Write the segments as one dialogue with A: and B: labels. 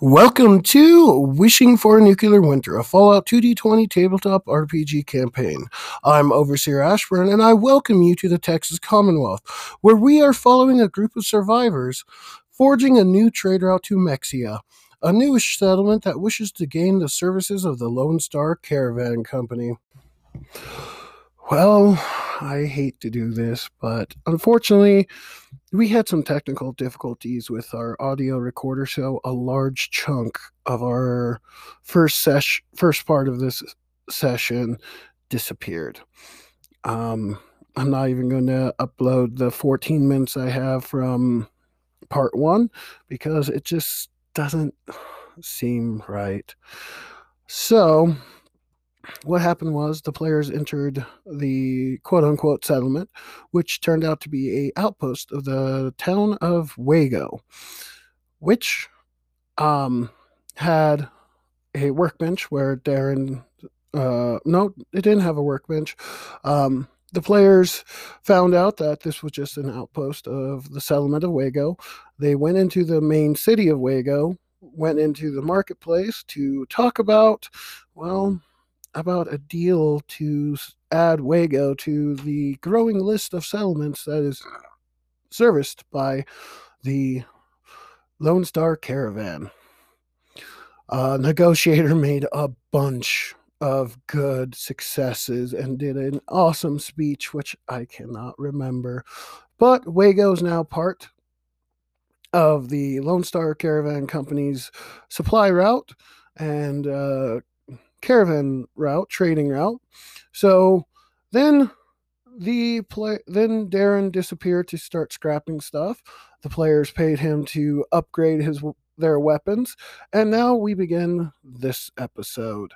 A: Welcome to Wishing for a Nuclear Winter, a Fallout 2D20 tabletop RPG campaign. I'm Overseer Ashburn, and I welcome you to the Texas Commonwealth, where we are following a group of survivors forging a new trade route to Mexia, a newish settlement that wishes to gain the services of the Lone Star Caravan Company. Well, I hate to do this, but unfortunately, we had some technical difficulties with our audio recorder, so a large chunk of our first sesh first part of this session disappeared. Um, I'm not even going to upload the 14 minutes I have from part one because it just doesn't seem right. So, what happened was the players entered the quote unquote settlement, which turned out to be a outpost of the town of Wago, which um, had a workbench where Darren uh, no, it didn't have a workbench. Um, the players found out that this was just an outpost of the settlement of Wago. They went into the main city of Wago, went into the marketplace to talk about, well, about a deal to s- add Wago to the growing list of settlements that is serviced by the Lone Star Caravan. Uh, Negotiator made a bunch of good successes and did an awesome speech, which I cannot remember. But Wago is now part of the Lone Star Caravan Company's supply route and uh, caravan route, trading route. So then the play then Darren disappeared to start scrapping stuff. The players paid him to upgrade his w- their weapons, and now we begin this episode.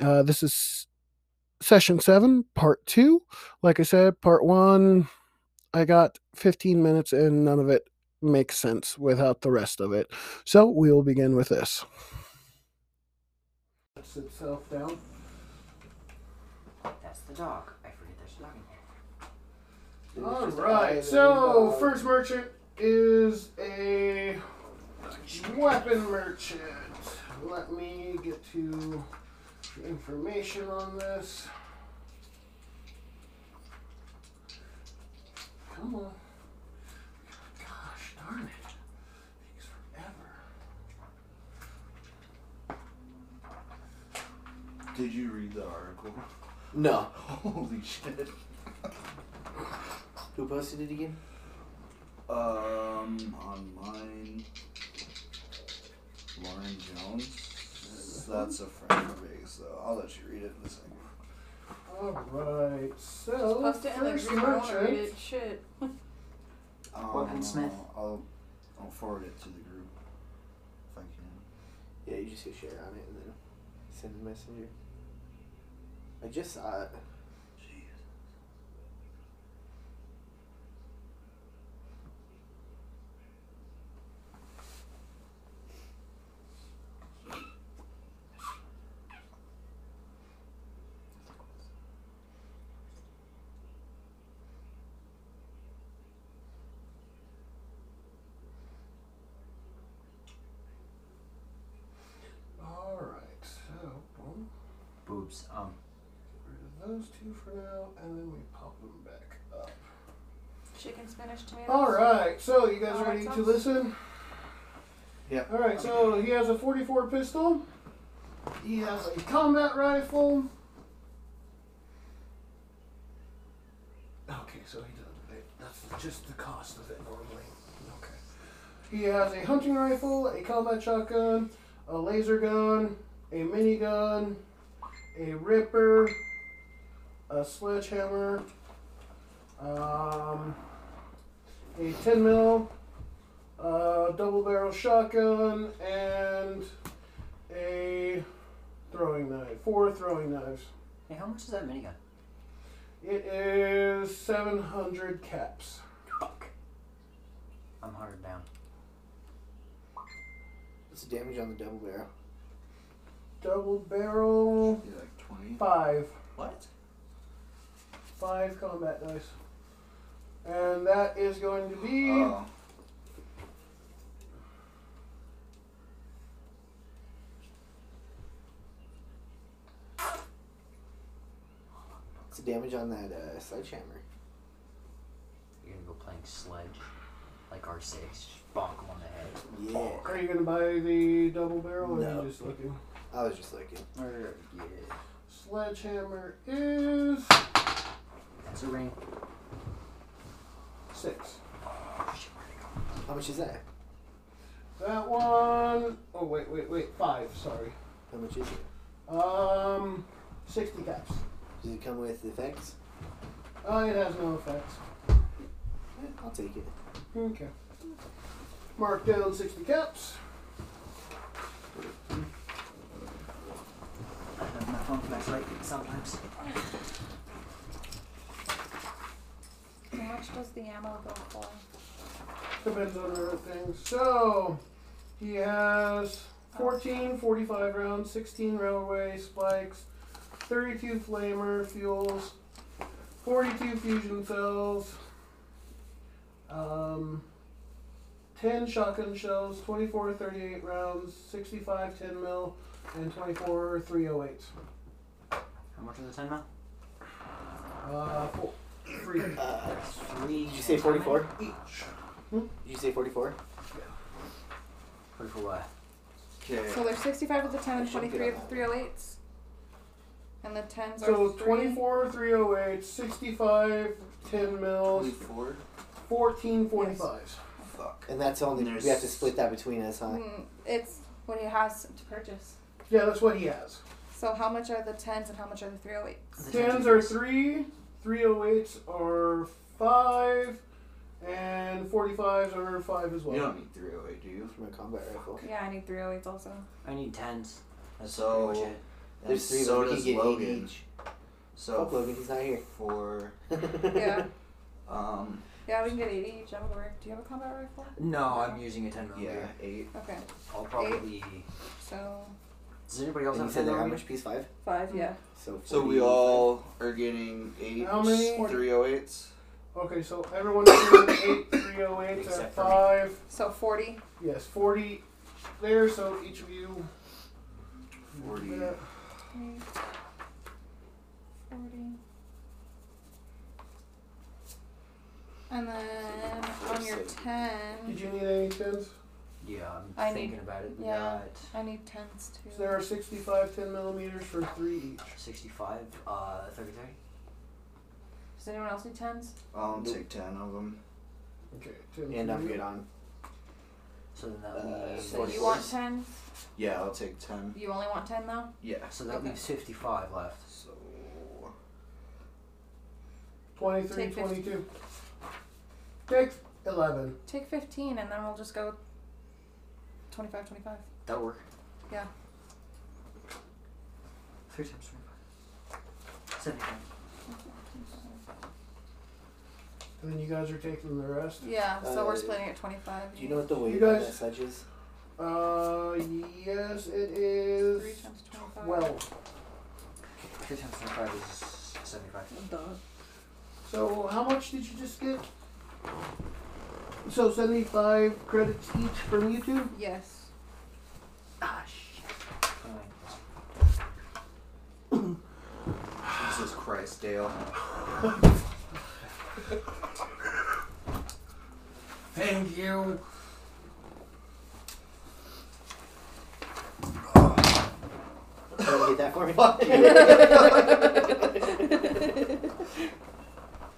A: Uh, this is session seven, part two. Like I said, part one, I got 15 minutes, and none of it makes sense without the rest of it. So we will begin with this. Sits itself down.
B: That's the dog. I forget there's a dog in there.
A: All right. So first merchant is a weapon merchant. Let me get to the information on this. Come on. Gosh darn it. Takes forever.
C: Did you read the article?
B: No.
C: Holy shit.
B: Who posted it again?
C: Um, online. Lauren Jones. That's a friend of me, so I'll let you read it in a second.
A: All right. So
D: Post it in the
A: first
D: group. I want to read
A: merchant.
D: it. Shit.
C: Um,
B: Weapon Smith.
C: I'll, I'll forward it to the group. If I can.
E: Yeah, you just hit share on it and then send a messenger. I just saw it.
C: Jeez.
A: All right. So boom.
B: Boobs. Um.
A: Get rid of those two for now, and then we pop them back up.
D: Chicken spinach tomatoes.
A: All right, so you guys
D: All right,
A: ready to
D: sounds-
A: listen?
C: Yeah.
A: All right, so he has a 44 pistol. He has a combat rifle. Okay, so he doesn't. It, that's just the cost of it normally. Okay. He has a hunting rifle, a combat shotgun, a laser gun, a minigun, a ripper, a sledgehammer, um, a 10 mil, a Uh, double barrel shotgun, and a throwing knife. Four throwing knives.
B: Hey, how much is that minigun?
A: It is 700 caps.
B: Fuck. I'm hundred down.
E: What's the damage on the double barrel?
A: Double barrel,
C: Be like 20.
A: five.
C: What?
A: Five combat dice. And that is going to be
C: Oh.
F: damage on that uh, sledgehammer.
B: You're gonna go playing sledge, like R6. Just bonk him on the head.
F: Yeah.
A: Are you gonna buy the double barrel, or are
F: No.
A: you just looking?
F: I was just looking.
B: Or, yeah.
A: Sledgehammer is
B: That's a ring.
A: six.
B: Oh, shit, where'd it go?
F: How much is that?
A: That one oh wait, wait, wait. Five. Sorry.
F: How much is it?
A: Um, sixty caps.
F: Does it come with effects?
A: Uh, it has no effects.
F: Eh, I'll take it.
A: Okay. Mark down sixty caps.
B: I have my phone flashlight sometimes.
E: How much does the ammo go for?
A: Depends on everything. So, he has 14, 45 rounds, 16 railway spikes, 32 flamer fuels, 42 fusion cells, um, 10 shotgun shells, 24 38 rounds, 65 10 mil, and oh 24 308.
B: How much are the 10 mil?
A: Uh, four, three
F: Uh,
B: Three.
F: did you say 44?
A: each.
F: Did you say 44?
B: Three for what?
C: Okay.
E: So there's 65 of the 10 and
F: I should get
E: 23
F: on
E: of the 308s. And the 10s
A: So oh
E: are three.
A: 24 308, 65 10 mils,
C: 24?
A: Fourteen forty-five.
C: Fuck.
F: And that's only,
C: There's-
F: we have to split that between us, huh?
E: Mm, it's what he has to purchase.
A: Yeah, that's what he has.
E: So how much are the 10s and how much are the 308s?
A: Tens are three, three oh eights are five, and forty-fives are five as well.
C: You don't need 308, do you?
F: From a combat rifle.
E: Yeah, I need 308s also.
B: I need 10s. That's
C: So-
B: pretty much it.
C: And
F: There's three
C: so
F: of us.
C: does
F: We can get eight
C: Logan.
F: each.
C: So
F: Fuck Logan, he's not here.
C: for
E: Yeah.
C: um
E: Yeah, we can get 80 each. That'll work. Do you have a combat rifle?
B: No, I'm using a 10 mil
C: yeah
B: here.
C: eight.
E: Okay,
B: I'll probably.
E: so
B: Does anybody else
F: and you
B: have
F: said
B: 10
F: they're
B: mil?
F: how much? Piece 5?
E: five, yeah.
F: So,
C: So we
F: 40.
C: all are getting oh eight
A: How many?
C: 308s.
A: Okay, so everyone's doing eight, three oh eights at
B: Except for me.
A: five.
E: So 40.
A: Yes, forty there. So each of you.
C: 40.
A: Yeah.
E: Eight, 40. And then on your 10,
A: Did you need any tens?
B: Yeah, I'm
E: I
B: thinking
E: need-
B: about it. We
E: yeah.
B: got.
E: I need 10s too.
A: So there are 65 10 millimeters for three each.
B: 65, uh, 33.
E: Does anyone else need 10s?
C: I'll take ten of them.
A: Okay, ten.
F: And
A: for
F: I'm
A: you.
F: good on.
B: So then that
F: Uh,
B: leaves.
E: So you
F: 44s.
E: want 10s?
C: Yeah, I'll take ten.
E: You only want 10 though?
C: Yeah.
B: So that
E: Okay.
B: leaves 55 left.
C: So
A: 23,
E: Take 50.
A: 22. Take 11.
E: Take 15 and then we'll just go 25, 25.
B: That'll work.
E: Yeah.
B: Three times 25. 75.
A: And then you guys are taking the rest.
E: Yeah, so
F: Uh,
E: we're splitting at 25.
F: Do you know what the weight of
A: guys-
F: that sledge is?
A: Uh, yes, it is.
E: 3 times 25.
A: Twelve.
B: Three times 25 is 75.
E: Duh.
A: So how much did you just get? So seventy-five credits each from you two.
E: Yes.
B: Ah, shit. Alright.
C: Jesus Christ, Dale.
B: Thank you.
F: Can you get that for me?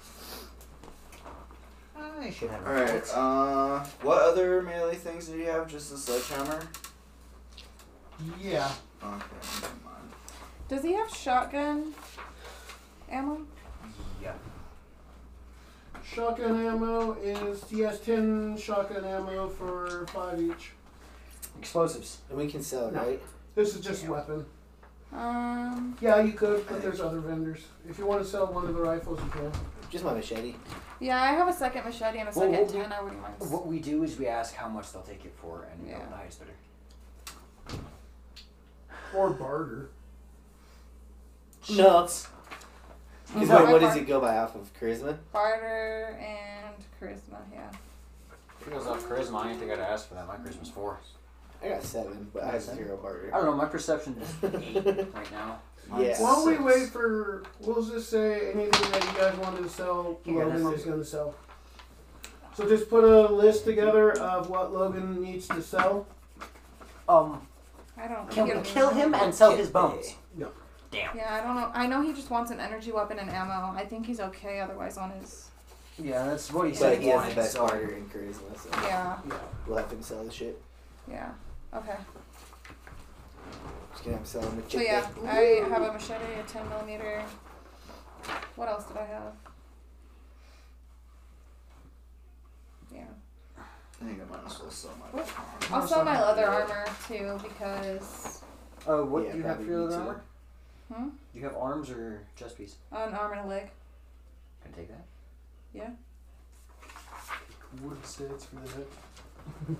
B: I should have
C: All right.
B: reports.
C: Uh, what other melee things did you have? Just the sledgehammer.
A: Yeah.
C: Okay, never mind.
E: Does he have shotgun ammo?
B: Yeah.
A: Shotgun ammo is yes, ten shotgun ammo for five each.
B: Explosives.
F: and we can sell it,
A: No.
F: right?
A: This is just
B: Yeah.
A: weapon.
E: Um,
A: Yeah, you could, but there's other vendors. If you want to sell one of the rifles, you can.
F: Just my machete.
E: yeah, I have a second machete and a
B: Well,
E: second
B: what we-
E: ten. I wouldn't mind.
B: What we do is we ask how much they'll take it for and we go
E: Yeah.
B: with the highest bidder.
A: Or barter.
F: No. Because
E: Not
F: wait,
E: my
F: what does
E: part.
F: it go by off of charisma?
E: Barter and charisma, yeah.
B: If it goes off charisma, I ain't think I'd ask for that. My charisma's four.
F: I got seven, but I have zero barter.
B: I don't know. My perception is eight right now.
F: Yeah.
G: While we
C: Six.
G: wait for, we'll just say anything that you guys wanted to sell,
B: You're gonna
G: Logan's
B: see.
G: going to sell. So just put a list together of what Logan needs to sell.
B: Um,
E: I don't.
B: can we
E: think it
B: kill
E: means-
B: him and sell his bones?
G: No.
B: Damn.
E: Yeah, I don't know. I know he just wants an energy weapon and ammo. I think he's okay otherwise on his.
B: Yeah, that's what he said
F: But
B: he
F: he has the
B: wanted.
F: best
B: So.
F: barter in charisma, so
E: Yeah,
F: we'll have him sell the shit.
E: yeah. Okay.
F: Just gonna have him sell him the
E: So
F: chick.
E: Oh, yeah, I have a machete, a 10 millimeter. What else did I have? Yeah.
C: I think I might as well sell my.
E: What? I'll sell my leather armor too because
B: Uh, what
F: Yeah,
B: do you have for
F: probably
B: your
F: me
B: other
F: too.
B: armor?
E: Hmm?
B: Do you have arms or chest piece?
E: an arm and a leg.
B: Can I take that?
E: Yeah.
F: Wood sets for the hook.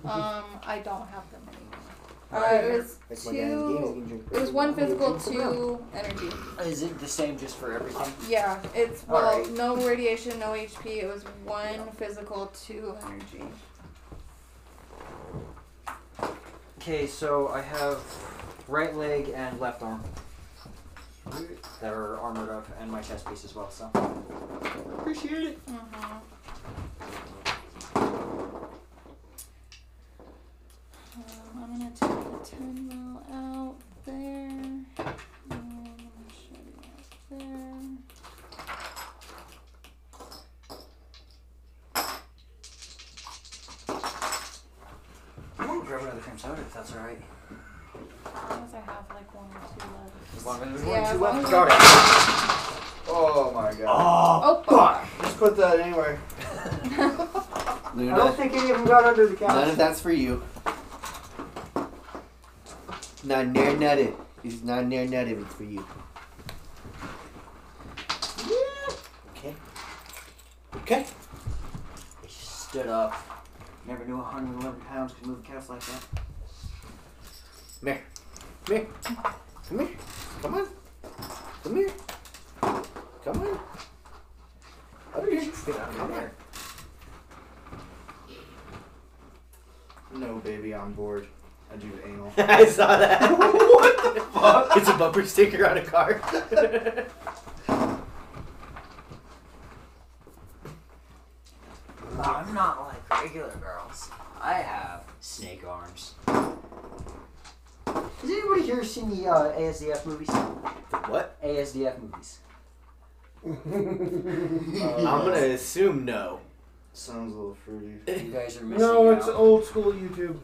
E: Um, I don't have them anymore. Uh, it was
F: Like my guy in the game, he
E: two.
F: can drink
E: It was one
F: Red Bull.
E: physical, two energy.
B: Uh, Is it the same just for everything?
E: Yeah, it's well,
B: Alright.
E: no radiation, no HP. It was one physical, two energy.
B: Okay, so I have right leg and left arm that are armored up, and my chest piece as well. So appreciate it.
E: Mm-hmm. Um, I'm gonna take the ten mil out there. Um, machete out there.
B: I'm gonna grab another cream soda if that's all right.
E: As long as I have like one or two left.
B: As long as there's
E: Yeah,
B: one,
E: as
B: two
E: long
B: left.
E: as-
B: Got it.
C: Oh my god.
B: Oh,
E: Oh, fuck.
C: Just put that anywhere.
B: I don't think any of them got under the
F: None
B: couch.
F: of that's for you. Not near nutted. It's not near nutted. It's for you. Okay. Okay.
B: He stood up. Never knew 111 pounds could move cats like that.
F: Come here. Come on. Come here. Come on. Up here. Come on.
C: No, baby, I'm bored. I do anal.
F: I saw that. what the fuck? It's a bumper sticker on a car.
B: I'm not like regular girls. I have snake arms. Has anybody here seen the uh, ASDF movies?
F: what?
B: ASDF movies.
F: I'm gonna assume no.
C: Sounds a little fruity.
B: You guys are missing
G: No, it's
B: out.
G: old school YouTube.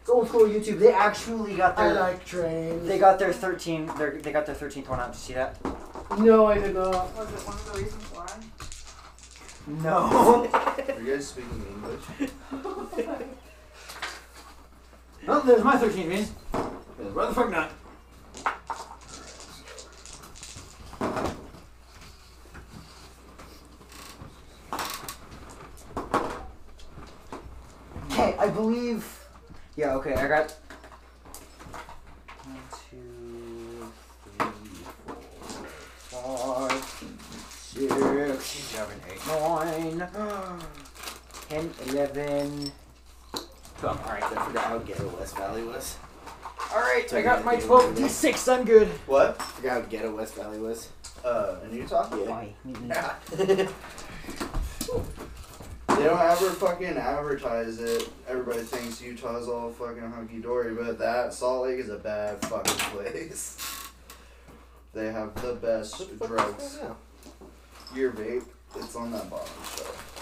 B: It's old school YouTube. They actually got
G: I
B: their
G: like trains.
B: they got their 13 their, they got their 13th one out. Did you see that?
G: No, I did not.
E: Was it one of the reasons why?
B: No.
C: Are you guys speaking English?
B: well, there's my 13th man. Why the fuck not? Okay, I believe. Yeah, okay, I got. One, two, three, four, five, six, seven, eight, nine, ten, eleven, twelve. Alright,
F: I forgot how ghetto West Valley was.
B: Alright,
F: So
B: I
F: you
B: got
F: gotta
B: my
F: do
B: 12
F: it.
B: d6, I'm good.
C: What?
F: I forgot how ghetto West Valley was.
C: Uh, in Utah?
B: Why?
F: That's
C: They don't ever fucking advertise it. Everybody thinks Utah's all fucking hunky dory, but that Salt Lake is a bad fucking place. They have the best drugs. Your vape, it's on that bottom shelf.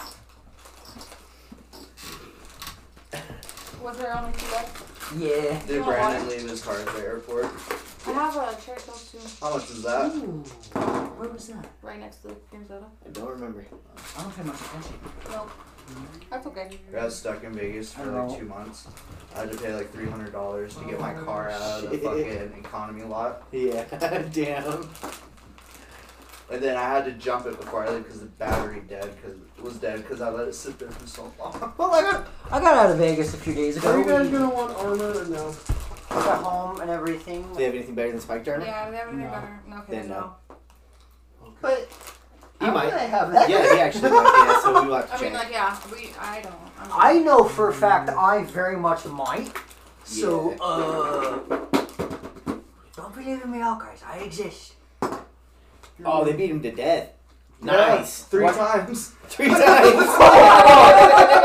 E: Was there only two left?
B: Yeah.
C: Did
E: want
C: Brandon
E: water?
C: leave his car at the airport?
E: I have a cherry coke too,
C: How much is that?
B: Where was that?
E: right next to the cream soda.
F: I don't remember.
B: I don't pay much attention.
E: Nope. That's okay.
C: I got stuck in Vegas for
B: I
C: like
B: know.
C: two months. I had to pay like three hundred dollars to get my
B: Oh,
C: car out of the
F: shit.
C: fucking economy lot,
F: Yeah, damn.
C: and then I had to jump it before I leave because the battery dead because it was dead because I let it sit there for so long. Oh
B: Well, I got, I got out of Vegas a few days ago.
G: Are you guys
B: We
G: gonna want armor or no?
B: got home and everything.
F: Do they have anything better than Spike Turner?
E: Yeah, do they have anything
B: No.
E: better? No, okay,
F: Then
E: no.
F: no.
B: But I
F: He might.
B: have
F: Yeah,
B: that.
F: he actually might. Yeah, so we'll have to
E: I
F: check.
E: mean, like, yeah, we, I don't. I'm-
B: I know for a fact I very much might. So, uh. Don't believe in miracles. I exist.
F: Oh, they beat him to death.
C: Yeah,
F: Nice.
C: three
F: What?
C: times.
F: Three times.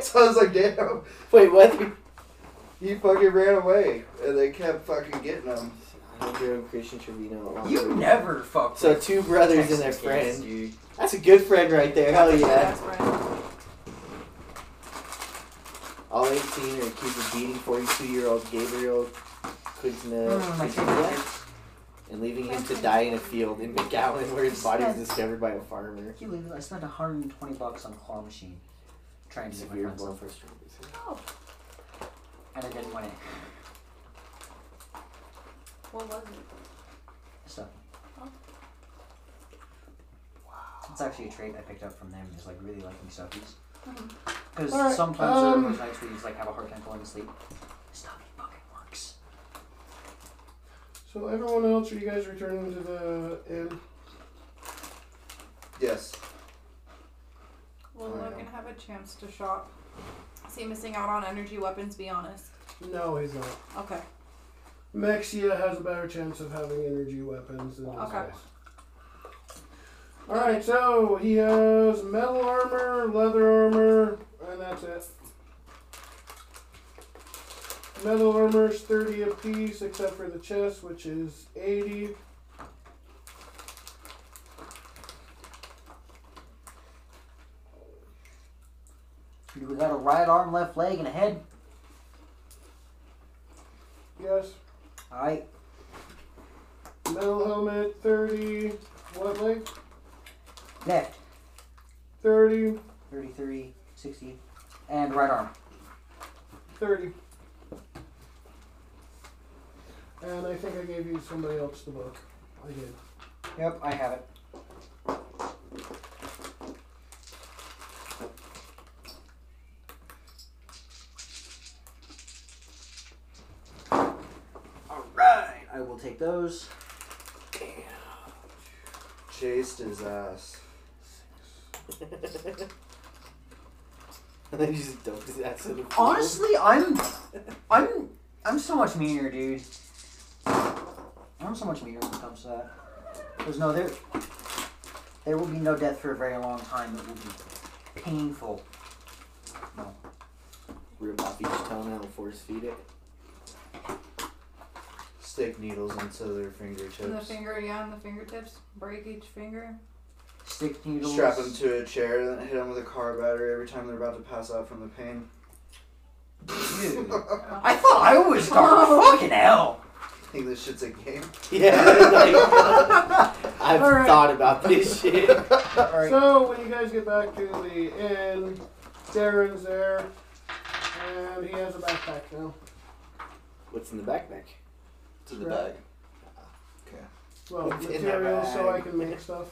C: So I was like, damn,
F: Wait, what?
C: he fucking ran away, and they kept fucking getting him.
F: Andrew and Christian Trevino. along
B: You
F: with-
B: never fuck
F: So
B: with
F: two brothers and their
B: Texas kids,
F: friend.
B: dude.
F: That's a good friend right there. Hell yeah.
E: That's right.
F: All 18 are accused of beating 42-year-old Gabriel Kuzna
B: Mm, my
F: Kuzna
B: favorite.
F: and leaving him to die in a field in McGowan, where his body was discovered by a farmer.
B: Can you believe it? I spent 120 bucks on a claw machine trying to get my
F: Severe
B: friends
F: blow
B: off,
F: first.
E: Oh,
B: and I didn't win it.
E: What was it?
B: So. It's actually a trait I picked up from them is like really liking Stuffies. Mm-hmm. Because
A: Alright,
B: sometimes there are
A: um,
B: those nights where you just like have a hard time falling asleep. Stuffy fucking works.
A: So everyone else, are you guys returning to the inn?
C: Yes.
E: Will
C: Oh, yeah.
E: Logan have a chance to shop? Is he missing out on energy weapons? Be honest.
A: No, he's not.
E: Okay.
A: Maxia has a better chance of having energy weapons than this
E: Okay.
A: guy. Alright, so he has metal armor, leather armor, and that's it. Metal armor's 30 apiece, except for the chest, which is 80.
B: Do we got a right arm, left leg, and a head?
A: Yes.
B: Alright.
A: Metal helmet, 30. What leg?
B: Left.
A: 30.
B: 33, 60. And right arm.
A: 30. And I think I gave you somebody else the book. I did.
B: Yep, I have it. Alright, I will take those.
C: Chased his ass.
F: And then you just dumped his ass in the pool.
B: Honestly, I'm I'm I'm so much meaner, dude. I'm so much meaner when it comes to that. There's no there there will be no death for a very long time. It will be painful.
F: Rip off each toenail and force feed it.
C: Stick needles into their fingertips.
E: And the finger, yeah, and the fingertips. Break each finger.
B: Stick needles.
C: Strap them to a chair, then hit them with a car battery every time they're about to pass out from the pain.
B: Dude, I thought I was dark. Fucking hell.
C: think this shit's a game.
F: Yeah. like, I've
A: All right.
F: thought about this shit.
B: Alright.
A: So when you guys get back to the inn, Darren's there, and he has a backpack now.
F: What's in the backpack?
C: To
A: the bag. Well,
F: What's in that
A: materials so I
F: bag?
A: can make stuff.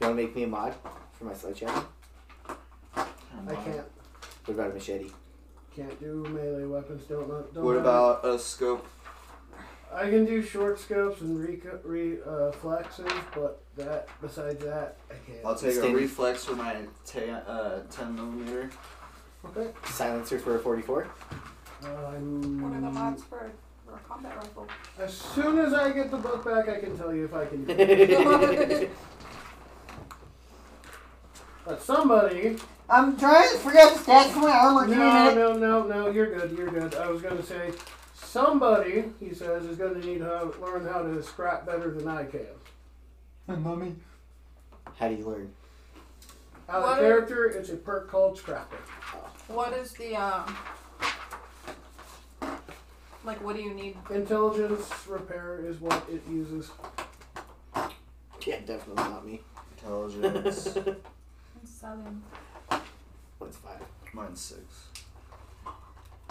F: You want to make me a mod for my sledgehammer?
A: I can't
F: What about a machete?
A: can't do melee weapons. Don't not- don't.
C: What
A: have-
C: about a scope?
A: I can do short scopes and re, re uh, flexes, but that besides that I can't.
C: I'll take a
F: Standard.
C: reflex for my ta uh, 10 millimeter.
A: Okay.
F: Silencer for a 44?
A: Um,
E: What are the mods for, for a combat rifle?
A: As soon as I get the book back, I can tell you if I can do it.
F: That's
A: But somebody.
B: I'm trying to figure out the stats. Come on, I'm
A: No,
B: working on it.
A: no, no, no. You're good. You're good. I was gonna say somebody. He says is gonna need to have- learn how to scrap better than I can.
B: mommy.
F: How do you learn?
A: Out of
E: What are-
A: character, it's a perk called Scrapper.
E: What is the um? Like, what do you need?
A: Intelligence repair is what it uses.
F: Yeah, definitely not me.
C: Intelligence.
E: Seven.
F: What's five?
C: Mine's 6.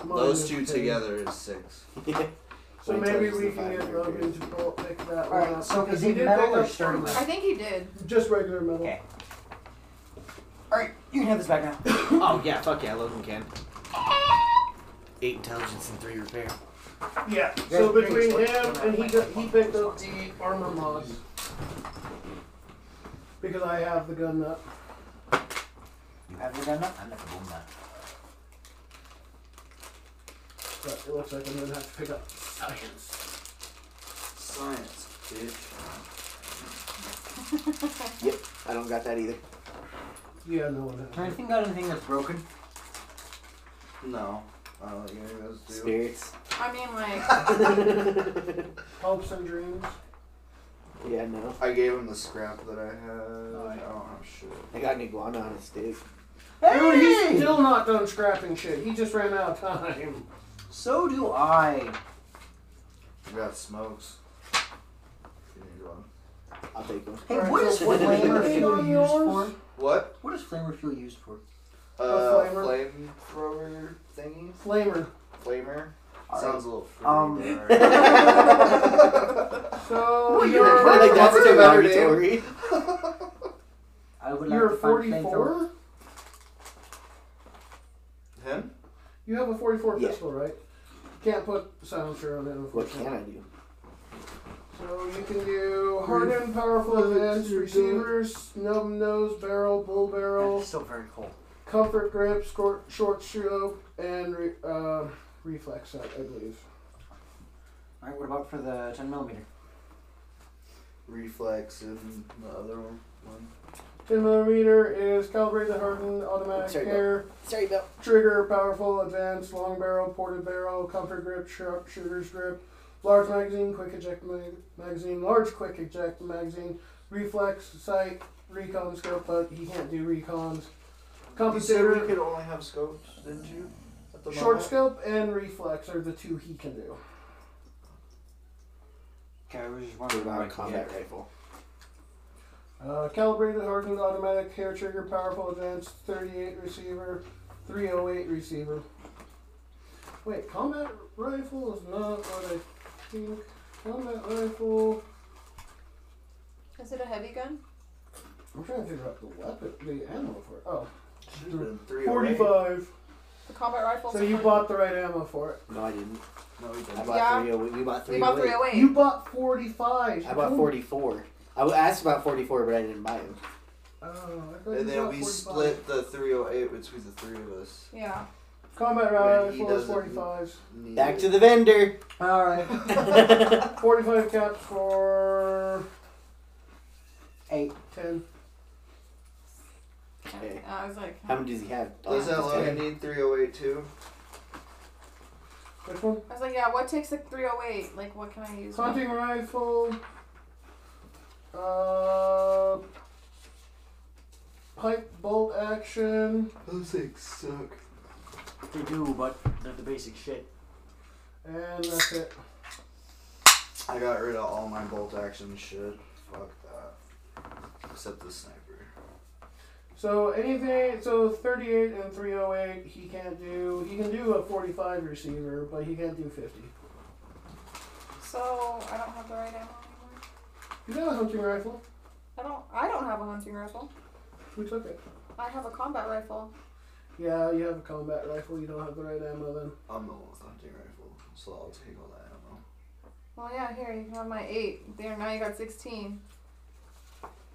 A: Mine
C: Those
A: is
C: two
A: ten.
C: together is 6.
A: So
F: My
A: maybe
F: intelligence
A: we
F: is
A: can
F: five
A: get
F: hundred.
A: Logan to pull, pick that one
B: Alright,
A: up.
B: so
A: because
B: is
A: he
B: it
A: did
B: metal
A: pick
B: or
A: up
B: sturdy?
E: I think he did.
A: Just regular metal.
B: Okay. Alright, you can have this back now.
F: oh, yeah, fuck yeah, Logan can. Eight intelligence and three repair.
A: Yeah.
B: Yeah,
A: So
B: great.
A: between him
B: What's-
A: and he got, he picked up the armor mods. Because I have the gun up.
B: You have the gun up? I'm not the boom nut.
A: But it looks like I'm gonna have to pick up science.
C: Science, bitch.
F: I don't got that either.
A: Yeah, no one
B: there anything got anything that's broken?
C: No. I don't think any of those do.
F: Spirits.
E: I mean, like,
A: Hopes and dreams.
F: yeah, no.
C: I gave him the scrap that I had. Oh,
B: yeah.
A: Oh,
C: I don't have shit.
F: I got an iguana on a stick.
A: Dude, he's still not done scrapping shit. He just ran out of time.
B: So do I.
C: I got smokes. You need one.
F: I'll take one.
B: Hey,
A: Alright,
B: what is
A: so
B: what
A: what
F: did
B: flamer
F: you
A: think
B: fuel
A: on
B: used
A: yours?
B: for?
C: What?
B: What is flamer fuel used for?
C: Uh,
A: flamer.
C: flamethrower thingies?
A: Flamer.
C: Flamer?
B: Alright.
C: Sounds a little freaky.
B: Um,
A: So
B: Well, you're
A: you're,
B: a
F: like that's
C: What's
F: too
C: the matter,
F: derogatory.
B: I would
A: you're
B: like to find flamethrower.
A: 44.
C: Him?
A: You have a 44
F: Yeah.
A: pistol, right? Can't put silencer on it,
F: What can
A: unfortunately.
F: I do?
A: So you can do hard and powerful events, receivers, snub nose, barrel, bull barrel,
B: That's still very cold.
A: comfort grip, short, short stroke, and re, uh, reflex sight, I believe.
B: Alright, what about for the 10 millimeter?
C: Reflex and the other one. one.
A: 10 millimeter is calibrated, hardened, automatic
F: Sorry,
A: air,
F: Sorry, Bill.
A: trigger, powerful, advanced, long barrel, ported barrel, comfort grip, sharp shooter's grip, large magazine, quick eject mag- magazine, large quick eject magazine, reflex sight, recon scope, but he can't do recons.
C: You said we
A: Compensator,
C: could only have scopes, didn't you? At the
A: Short
C: moment?
A: scope and reflex are the two he can do.
B: Okay, I was just
F: What
B: wondering
F: about a
B: what I could
F: combat
B: get.
F: rifle?
A: Uh, calibrated, hardened, automatic, hair trigger, powerful, advanced, 38 receiver, 308 receiver. Wait, combat rifle is not what I think. Combat rifle.
E: is it a heavy gun?
A: I'm trying to figure out the weapon, the ammo for it. Oh,
C: Should've been 308.
A: 45.
E: The combat rifle.
A: So you bought the right ammo for it.
F: No, I didn't.
C: No, we
F: I
C: didn't.
F: bought
E: Yeah.
F: 308. We bought
E: We bought
F: 308.
E: 308.
A: You bought 45.
F: I bought 44. I was asked about 44, but I didn't buy them.
A: Oh, I thought you
C: And then
A: bought
C: we
A: 45.
C: split the 308 between the three of us.
E: yeah.
A: Combat
C: When he
A: rifle is
C: doesn't-
A: 45s.
F: Back to the vendor.
B: Alright.
A: 45 caps for
B: Eight.
A: 10.
F: Okay.
E: uh, I was like,
F: How many does he have?
C: Does that
F: Oh,
C: line need 308 too?
A: Which one?
E: I was like, yeah. What takes the 308? Like, what can I use?
A: Hunting rifle. Uh, pipe bolt action.
C: Those things suck.
B: They do, but they're the basic shit.
A: And that's it.
C: I got rid of all my bolt action shit. Fuck that. Except the sniper.
A: So anything, so 38 and 308, he can't do. He can do a 45 receiver, but he can't do 50.
E: So I don't have the right ammo anymore.
A: You got a hunting rifle.
E: I don't. I don't have a hunting rifle.
A: We took it.
E: I have a combat rifle.
A: Yeah, you have a combat rifle. You don't have the right ammo then.
C: I'm the one with the hunting rifle, so I'll take all that ammo.
E: Well, yeah. Here you can have my eight. There. Now you got 16.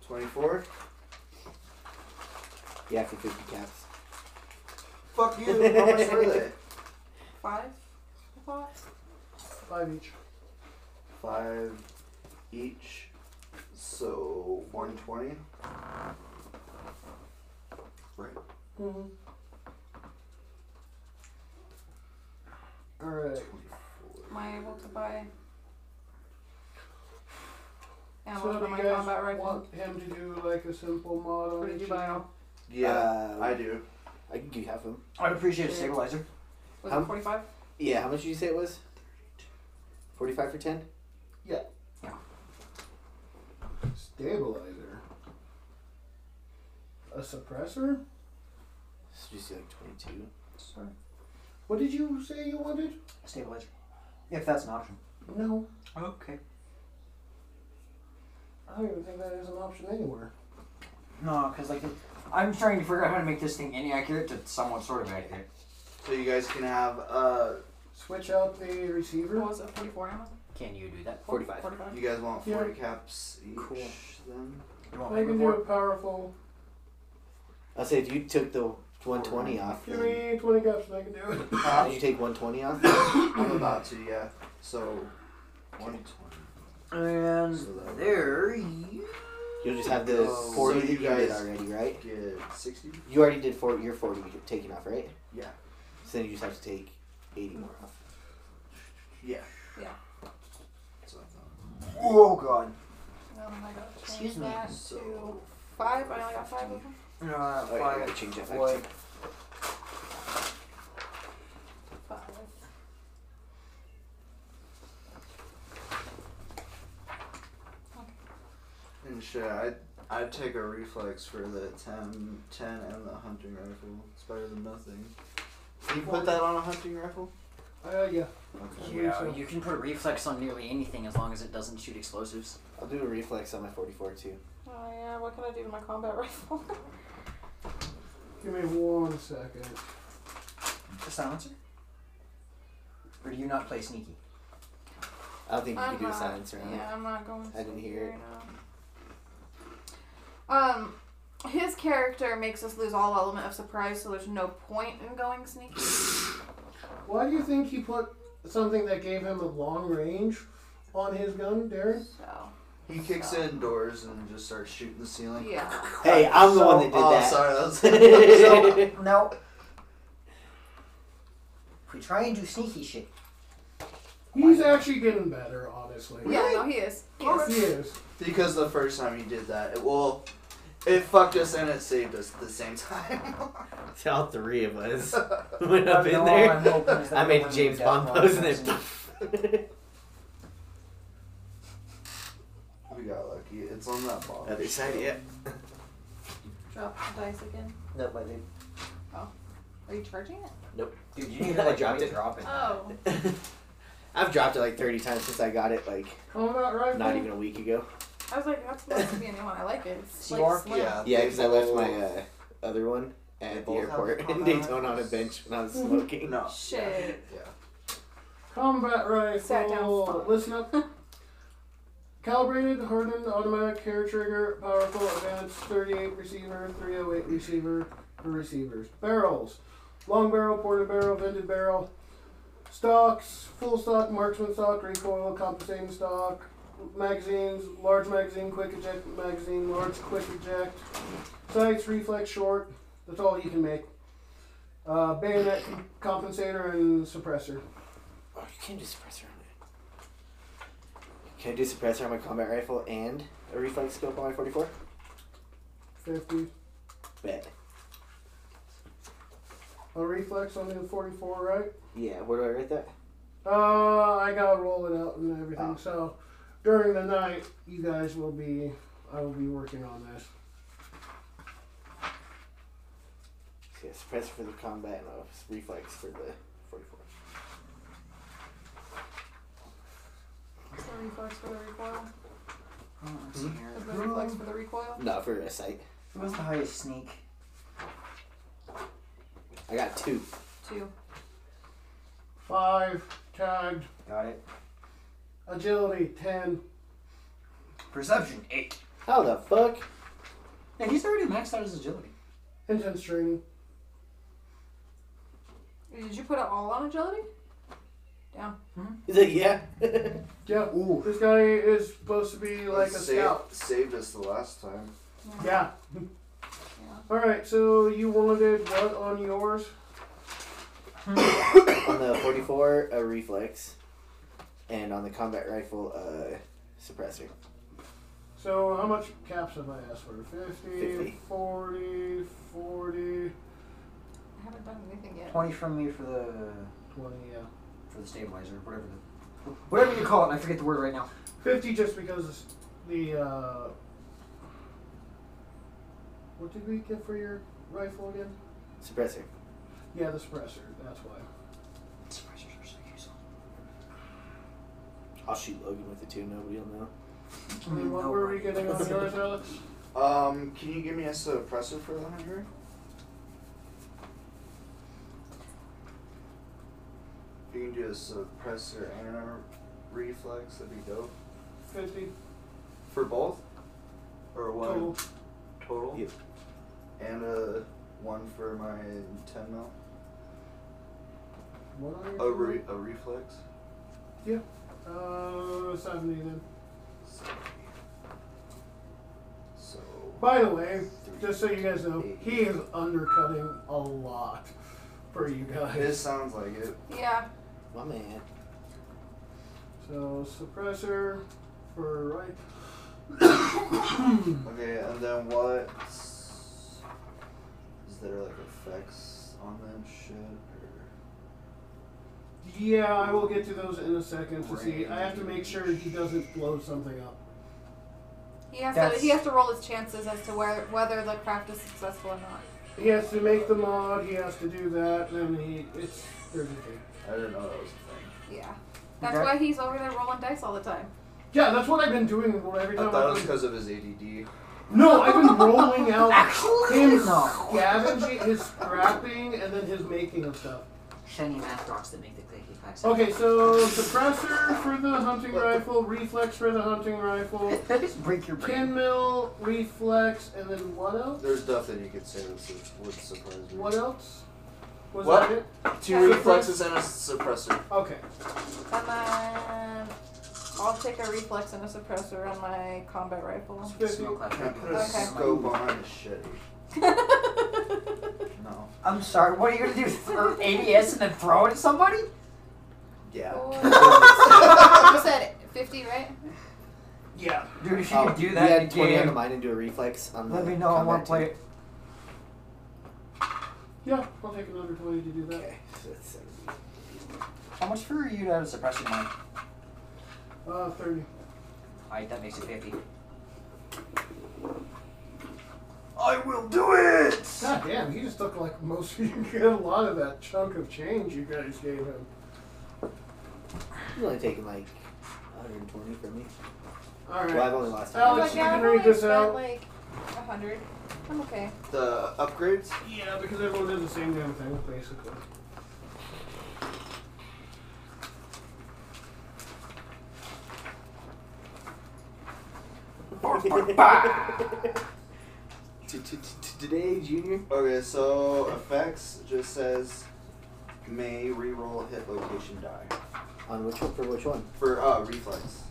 C: 24?
F: Yeah, for 50 caps.
C: Fuck you. How much were they?
E: Five. I thought.
A: Five each.
C: Five each. So 120. Right.
A: Mhm. All right.
C: 24.
E: Am I able to buy ammo
A: So
E: for
A: do
E: my
A: you guys
E: combat rifle?
A: want him to do like a simple model?
E: Or did you buy them?
C: Yeah,
F: Um,
C: I do.
F: I can give you half of them.
B: I appreciate a stabilizer.
E: Was
B: Um,
F: How-
E: it 45?
F: Yeah, how much did you say it was? 45 for 10?
A: Stabilizer. A suppressor?
F: So just do like 22.
B: Sorry.
A: What did you say you wanted?
B: A stabilizer. If that's an option.
A: No.
B: Okay.
A: I don't even think that is an option anywhere.
B: No, because like I'm trying to figure out how to make this thing inaccurate to somewhat sort of accurate.
C: So you guys can have, uh,
A: Switch out the receiver.
E: What Oh, was it? 44 ammo?
B: Can you do that?
F: 45.
E: 45.
C: you guys want
A: Yeah.
C: 40 caps each
B: Cool.
C: then?
B: You
A: I
B: want
A: can
B: me
A: do
B: for
A: a powerful.
F: I'll say if you took the 120 off.
A: Give me 20 cups and I can do it.
F: Did you take 120 off?
C: I'm about to, yeah. So, one
B: And
C: So that-
B: there you
F: You'll just have the
C: Oh,
F: 40
C: so you
F: that you did
C: guys-
F: already, right?
C: get sixty.
F: You already did 40, your 40 you taken off, right?
C: Yeah.
F: So then you just have to take 80 more off.
C: Yeah.
B: Yeah.
C: So I
B: Oh god.
E: Oh my god. change
B: Excuse me.
E: that to
C: So-
E: five. I only got five of them.
B: No, uh,
F: Oh, yeah, I gotta
B: five.
F: change that back.
B: What?
E: Five.
C: thought. And shit, I'd I'd take a reflex for the 10, 10 and the hunting rifle. It's better than nothing. Can you put that on a hunting rifle?
A: Uh, yeah.
C: Okay.
B: Yeah, you can put a reflex on nearly anything as long as it doesn't shoot explosives.
F: I'll do a reflex on my 44 too.
E: Oh yeah. What can I do to my combat rifle?
A: Give me one second.
B: The silencer? Or do you not play sneaky?
F: I don't think you
E: I'm
F: can do a
E: not,
F: silence round.
E: Yeah, I'm not going.
F: I didn't hear it.
E: now. Um, his character makes us lose all element of surprise, so there's no point in going sneaky.
A: Why do you think he put something that gave him a long range on his gun, Darren?
E: So
C: He kicks in doors and just starts shooting the ceiling.
E: yeah.
F: Hey, I'm the
C: So-
F: one that did
C: oh,
F: that.
C: Sorry, that was.
B: So, now, if we try and do sneaky shit,
A: He's actually getting better, honestly.
E: Yeah, no, he is. He
A: He
E: is.
A: is.
C: Because the first time you did that, it well, it fucked us and it saved us at the same time.
F: It's all three of us went
B: I
F: up
B: mean,
F: in
B: all I'm hoping is
F: there.
B: that
F: I made a
B: everyone
F: James
B: knew
F: Bond
B: that
F: pose and
B: one
F: it.
C: we got lucky. It's on that ball.
F: Other side, yeah.
E: Drop the dice again.
B: no, but they-
E: Are you charging it?
B: dude, you
F: I
B: need to like
F: dropped
B: really
F: it.
B: drop it.
E: Oh.
F: I've dropped it like 30 times since I got it, like
A: Oh, that right.
F: not even a week ago.
E: I was like, that's supposed to be a new one. I like it. It's
B: You
E: like
B: are?
E: slim.
C: Yeah.
F: Yeah, because I left my uh, other one
C: They
F: at the
C: both have
F: airport
C: the
F: in Daytona on a bench when I was smoking.
C: No.
E: Shit.
A: Combat
E: Sat down,
A: rifle.
E: fuck.
A: Listen up. Calibrated, hardened, automatic, hair trigger, powerful, advanced, 38 receiver, 308 receiver for receivers. Barrels. Long barrel, ported barrel, vented barrel. Stocks, full stock, marksman stock, recoil, compensating stock. Magazines, large magazine, quick eject magazine, large quick eject. Sights, reflex, short. That's all you can make. Uh, bayonet, compensator, and suppressor.
F: Oh, you can't do suppressor on it. Can I do suppressor on my combat rifle and a reflex scope on my 44?
A: 50.
F: Bet.
A: A reflex on the 44, right?
F: Yeah, where do I write that?
A: Uh, I gotta roll it out and everything.
F: Oh.
A: So during the night, you guys will be, I will be working on this.
F: So yeah, suppressor for the combat and a reflex for the 44.
E: It's the reflex for the recoil.
B: Oh, let's see here.
E: Is the reflex
B: Who
E: for the recoil?
F: No, for a sight.
B: who has the highest sneak?
F: I got two.
E: Two.
A: Five, tagged,
B: Got it.
A: agility, 10.
B: Perception, eight.
F: How the fuck?
B: Now, he's already maxed out his agility.
A: Intense training.
E: Did you put it all on agility?
F: He's like, yeah. Did
A: Yeah.
B: Ooh.
A: This guy is supposed to be like a scout.
C: Saved us the last time.
A: Yeah. Alright, so you wanted what on yours?
F: on the 44, a reflex. And on the combat rifle, a suppressor.
A: So how much caps have I asked for? 50,
F: 50.
A: 40, 40,
E: I haven't done anything yet.
B: 20 from me for the
A: 20, yeah.
B: for the stabilizer, whatever the whatever you call it. I forget the word right now.
A: 50 just because the uh what did we get for your rifle again
F: Suppressor.
A: yeah the suppressor that's why
B: Suppressors are so useful.
F: I'll shoot Logan with it too, nobody will know.
A: I mean, what were we getting on yours alex
C: Um, can you give me a suppressor for the hunter? If you can do a suppressor and a reflex, that'd be dope.
A: 50
C: For both? Or one
A: total
C: total?
F: Yeah.
C: And a One for my 10 mil.
A: What are
C: A, re- a reflex.
A: Uh, 70 then.
C: So. so
A: By the way, just so you guys know, he is undercutting a lot for you
C: This
A: guys.
C: sounds like it.
E: Yeah.
F: My man.
A: So suppressor for right.
C: Okay, and then what? Is there like effects on that shit? Or
A: Yeah, I will get to those in a second to see. I have to make sure he doesn't blow something up.
E: He has to
B: That's-
E: he has to roll his chances as to where, whether the craft is successful or not.
A: He has to make the mod. He has to do that. Then he it's there's a thing.
C: I didn't know that was a
E: Yeah. That's
B: Okay.
E: why he's over there rolling dice all the time.
A: Yeah, that's what I've been doing every
C: thing. I
A: time.
C: thought it
A: I've
C: was
A: been,
C: because of his ADD.
A: no, I've been rolling out
B: Actually,
A: him
B: no.
A: scavenging, his scrapping, and then his making of stuff.
B: Shiny math rocks that make the clicky clacks.
A: Okay, so suppressor for the hunting rifle, reflex for the hunting rifle,
B: Just break your brain.
A: pin mill, reflex, and then what else?
C: There's nothing you could say that su- would surprise me.
A: What else? Was
C: What?
A: that it?
C: Two reflexes and a suppressor.
A: Okay.
E: And then I'll take a reflex and a suppressor on my combat rifle.
B: Smoke like
C: Can I put a
B: that.
E: Okay.
C: scope on a shitty? No.
B: I'm sorry, what are you gonna do? Throw ABS and then throw it at somebody?
C: Yeah.
E: you said 50, right?
A: Yeah.
B: Dude, if you
F: Oh,
B: could do
F: we
B: that
F: had 20 out of
B: again,
F: mine and do a reflex on
B: let
F: the
B: me know. I want
F: combat
B: to play it.
A: Yeah, I'll take another 20 to do
F: team.
A: that.
F: Okay, so that's 70.
B: How much for you to have a suppression mine?
A: Uh, 30.
B: Alright, that makes it 50. I will do it!
A: God damn, he just took like most you get a lot of that chunk of change you guys gave him.
F: You've only taken like 120 from me.
A: Alright.
F: Well, I've only lost
A: Alex,
E: like,
A: you
E: Oh I've
A: can
E: only
A: read this
E: spent
A: out.
E: like 100. I'm okay.
C: The upgrades?
A: Yeah, because everyone did the same damn thing, basically.
F: T- t- t- Today, Junior.
C: Okay, so effects just says may reroll hit location die.
F: On which one? For which one?
C: For uh reflex.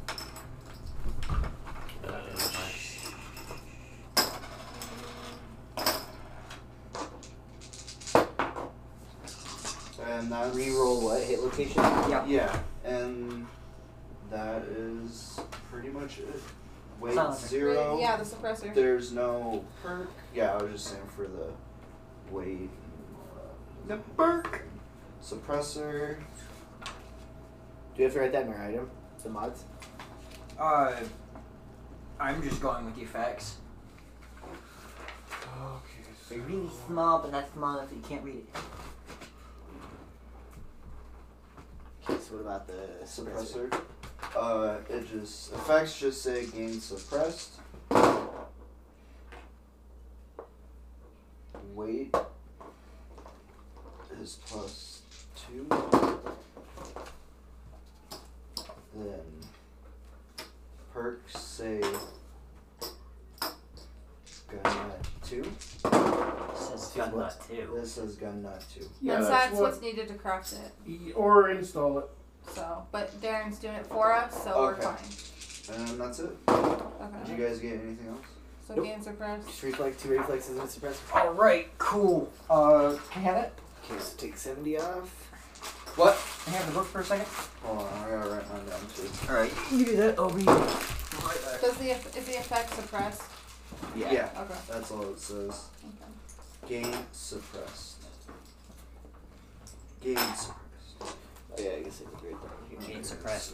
C: And that's
F: Reroll what? Hit location?
B: Yeah.
C: Yeah, and that is pretty much it. Weight
B: Silencer.
C: zero.
E: Yeah, the suppressor.
C: There's no perk. Yeah, I was just saying for the weight. uh,
A: The perk.
C: Suppressor.
F: Do you have to write that in your item? The mods?
B: Uh, I'm just going with the effects.
A: Okay, so
B: They're really small, but not small enough that you can't read it.
F: Okay, so what about the suppressor?
C: Suppressor. Uh, it just effects just say gain suppressed. Weight is plus two. Then perks say gun nut two.
B: It says
F: Gun Nut
B: too.
C: This is gun nut two.
A: Yeah,
E: that's,
A: that's
E: that's
A: what-
E: what's needed to craft it.
A: Y- Or install it.
E: So, but Darren's doing it for us, so we're
C: Okay.
E: fine.
C: And that's it. Did
E: Okay.
C: you guys get anything else?
E: So
F: Nope.
E: gain suppressed.
F: Just reflex, two reflexes and a suppressor.
B: Alright, cool. Uh, can I have it?
F: Okay, so take 70 off.
C: What?
B: Can I have the book for a second?
C: Hold on, I gotta write mine down too.
B: Alright, you do that, I'll be right back.
E: Does the eff- is the effect suppressed?
C: yeah.
E: Okay.
C: That's all it says.
E: okay.
C: Gain suppressed. Gain suppressed.
F: Oh, yeah, I guess it's great down here.
B: Gain suppressed.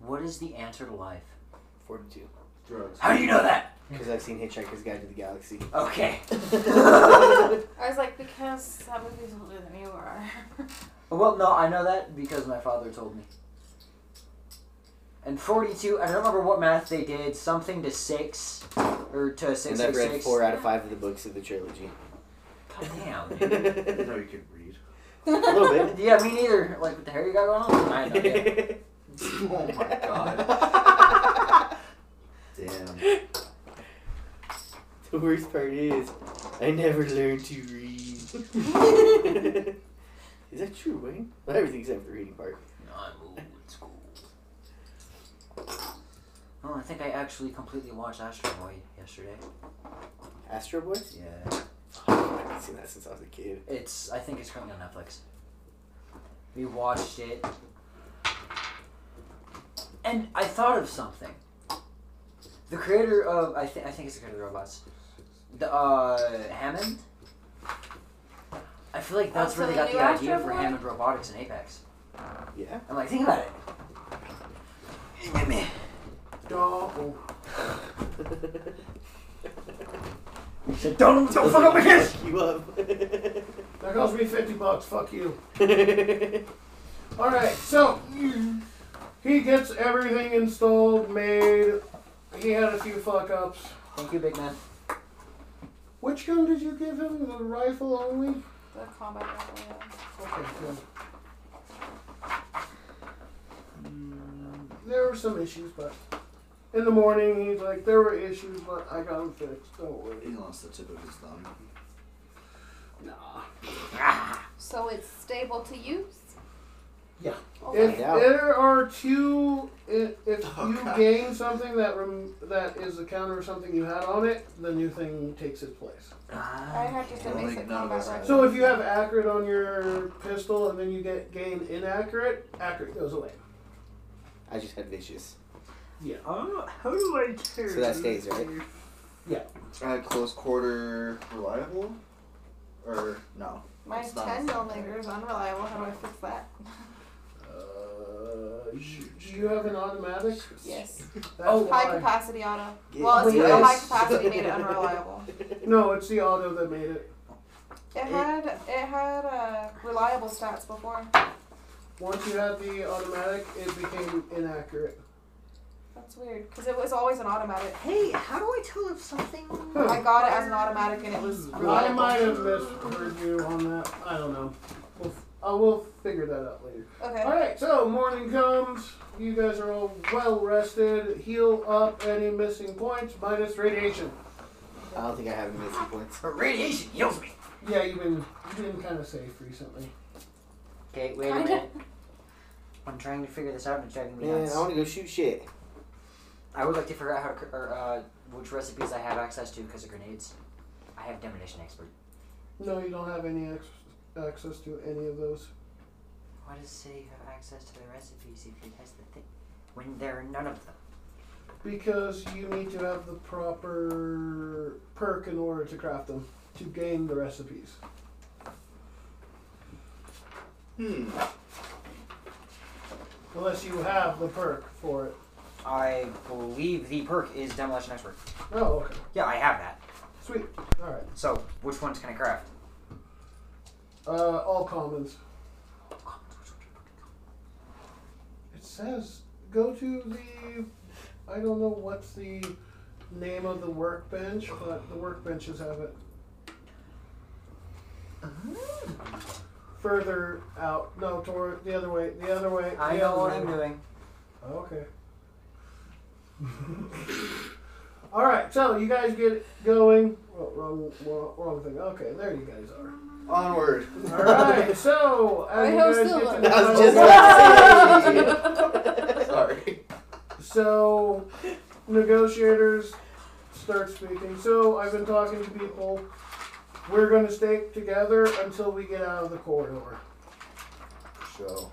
B: What is the answer to life?
F: 42.
C: Drugs.
B: How do you know that?
F: Because I've seen Hitchhiker's Guide to the Galaxy.
B: Okay.
E: I was like, because that movie's older than you are.
B: Well, no, I know that because my father told me. and 42. I don't remember what math they did. Something to six, or to six.
F: And I've
B: six,
F: read
B: six.
F: four out of five of the books of the trilogy.
B: God damn.
F: a
B: dude.
A: You
F: little
A: know you can read.
F: bit.
B: Yeah, me neither. Like, what the hell you got going on? I know. Yeah.
A: Oh my god.
F: god.
A: Damn.
F: The worst part is, I never learned to read. is that true, Wayne? Well, everything except the reading part.
B: I'm old school. Oh, I think I actually completely watched Astro Boy yesterday.
F: Astro Boy?
B: Yeah.
F: I haven't seen that since I was a kid.
B: It's. I think it's currently on Netflix. We watched it, and I thought of something. The creator of I think I think it's the creator of robots, the uh, Hammond. I feel like that's
E: Oh, so
B: where they
E: the
B: got
E: new
B: the idea
E: Astro
B: for
E: Boy?
B: Hammond Robotics and Apex.
F: Yeah.
B: I'm like, think about it.
A: No.
B: You said, don't, don't fuck up Oh my kids.
F: You up.
A: That cost me 50 bucks. Fuck you.
F: That's
A: Alright, so he gets everything installed, made. He had a few fuck ups.
B: Thank you, big man.
A: Which gun did you give him? The rifle only?
E: The combat rifle. yeah.
A: Okay, good. Hmm, There were some issues, but in the morning he's like, there were issues, but I got them fixed. Don't worry.
C: He lost the tip of his thumb.
A: Nah.
E: So it's stable to use?
A: Yeah.
E: Okay.
A: If
F: Yeah.
A: there are two, if, if
C: Oh,
A: you
C: God.
A: gain something that rem- that is a counter of something you had on it, the new thing takes its place.
E: I have just
C: I
E: a
C: don't
E: basic
C: think none of
E: combat
C: us have
E: rifle.
A: So if you have accurate on your pistol and then you get gain inaccurate, accurate goes away.
F: I just had vicious.
B: Oh, how do I care?
F: So that stays, right?
C: I had close quarter reliable? Or no.
E: My
C: It's not-
E: 10 mil nigger is unreliable. How do I fix that?
A: Uh, do you have an automatic?
E: Yes.
A: That's
B: Oh,
A: why.
E: High capacity auto.
F: Get
E: Well, it's the
A: Yes.
E: high capacity made it unreliable.
A: No, it's the auto that made it.
E: It had it had uh, reliable stats before.
A: Once you had the automatic, it became inaccurate.
E: That's weird because it was always an automatic.
B: Hey, how do I tell if something?
E: I got it as an automatic and it was
A: I
E: reliable.
A: might have misheard you on that. I don't know. We'll f- I will figure that out later.
E: Okay.
A: Alright, so morning comes. You guys are all well rested. Heal up any missing points minus radiation.
F: I don't think I have any missing points.
B: Radiation heals me.
A: Yeah, you've been you've been kind of safe recently.
B: Okay, wait a
E: Kinda.
B: minute. I'm trying to figure this out and it's driving me
F: Man,
B: nuts.
F: I want to go shoot shit.
B: I would like to figure out how to, cr- or, uh, which recipes I have access to because of grenades. I have demolition expert.
A: No, you don't have any ex- access to any of those.
B: Why does it say you have access to the recipes if you test the thing when there are none of them?
A: Because you need to have the proper perk in order to craft them to gain the recipes.
C: Hmm.
A: Unless you have the perk for it.
B: I believe the perk is demolition expert.
A: Oh, okay.
B: Yeah, I have that.
A: Sweet. Alright.
B: So which ones can I craft?
A: Uh, all commons. It says go to the. I don't know what's the name of the workbench, but the workbenches have it.
B: Ah.
A: Further out. No, toward the other way. The other way.
B: I
A: the
B: know
A: other
B: what
A: way.
B: I'm doing.
A: Okay. All right, so you guys get going. Well, wrong, wrong, wrong thing. Okay, there you guys are.
C: Onward.
A: All right, so as
E: Wait,
A: you
E: who's
A: guys
E: still
A: get to
E: up?
F: I
A: know-
F: was just about to say
C: Sorry.
A: So, negotiators start speaking. So, I've been talking to people. We're going to stay together until we get out of the corridor.
C: So.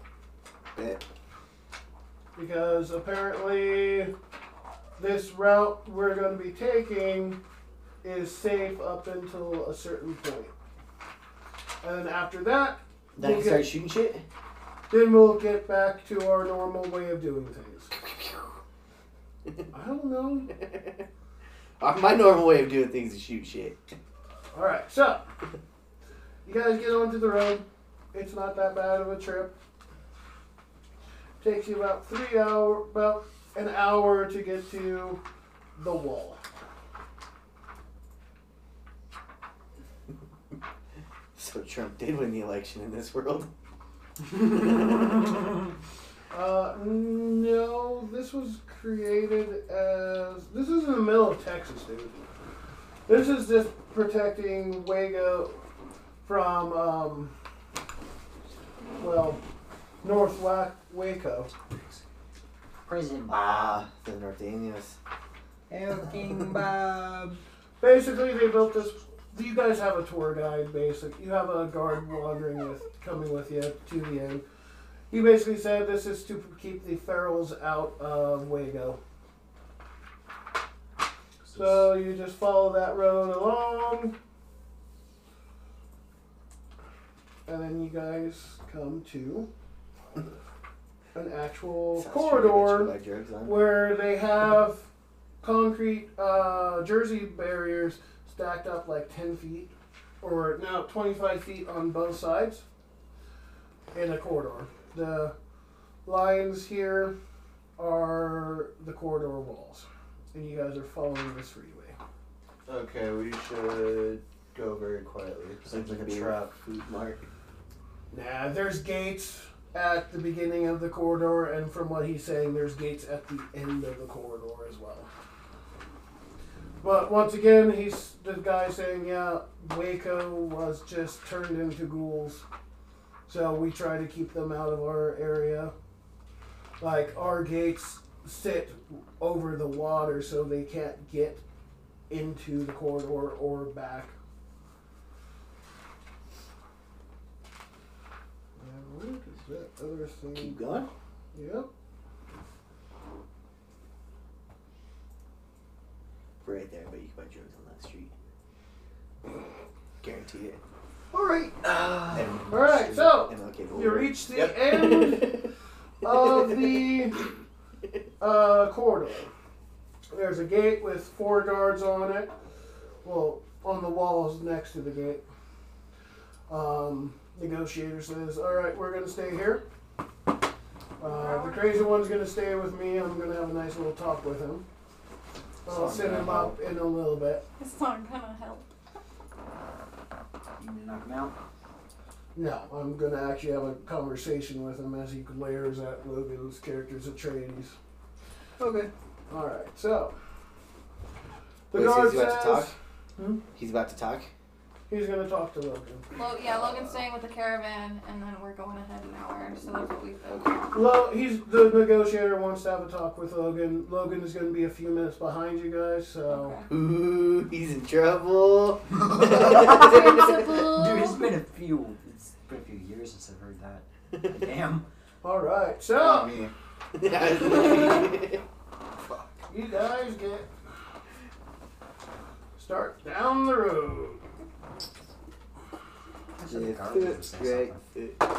A: Because apparently, this route we're going to be taking is safe up until a certain point. And after that,
F: Then I can start shooting shit.
A: then we'll get back to our normal way of doing things. I don't know.
F: Uh, My normal way of doing things is shoot shit.
A: All right, so you guys get onto the road. It's not that bad of a trip. Takes you about three hour, about an hour to get to the wall.
F: So Trump did win the election in this world.
A: Uh, no, this was created as. This is in the middle of Texas, dude. This is just protecting Wago from, um, well, North Wa- Waco.
B: Prison Bob.
F: Ah, the Norteños.
B: Everything Bob.
A: Basically, they built this. You guys have a tour guide, basic. You have a guard wandering with, coming with you to the end. He basically said this is to keep the ferals out of Wago. So you just follow that road along, and then you guys come to an actual
F: Sounds
A: corridor
F: true, get you by drugs on.
A: where they have concrete uh, jersey barriers stacked up like 10 feet or now 25 feet on both sides in a corridor. The lines here are the corridor walls, and you guys are following this freeway.
H: Okay, we should go very quietly.
F: Sounds like a beer.
H: trap.
F: Food mart.
A: Now, there's gates at the beginning of the corridor, and from what he's saying, there's gates at the end of the corridor as well. But once again, he's the guy saying, yeah, Waco was just turned into ghouls, so we try to keep them out of our area. Like our gates sit over the water, so they can't get into the corridor or back. And what is that other thing?
F: Keep going.
A: Yep.
F: We're right there, but you can buy drugs on that street. Guarantee it.
A: All right.
F: All
A: All right, so
F: MLK
A: you
F: Boulevard.
A: reach the
F: Yep.
A: end of the uh, corridor. There's a gate with four guards on it. Well, on the walls next to the gate. Um, negotiator says, "All right, we're gonna stay here. Uh, the crazy one's gonna stay with me. I'm gonna have a nice little talk with him. I'll send him up in a little bit.
E: It's not gonna help.
B: You mean knock him out?
A: No, I'm gonna actually have a conversation with him as he glares at Logan's character's Atreides."
B: Okay.
A: All right, so the
F: Wait, so
A: guard
F: he's about
A: says
F: to talk?
A: Hmm?
F: He's about to talk?
A: he's going to talk to Logan.
E: Well, yeah, Logan's staying with the caravan, and then we're going ahead an hour, so that's what we've been.
A: Lo, he's the negotiator wants to have a talk with Logan. Logan is going to be a few minutes behind you guys, so
E: Okay.
F: Ooh, he's in trouble.
B: Dude, it's
E: Principal.
B: been a few. It's been a few years since I've heard that. Damn.
A: all right,
H: Not
A: so
H: me.
A: you guys get start down the road.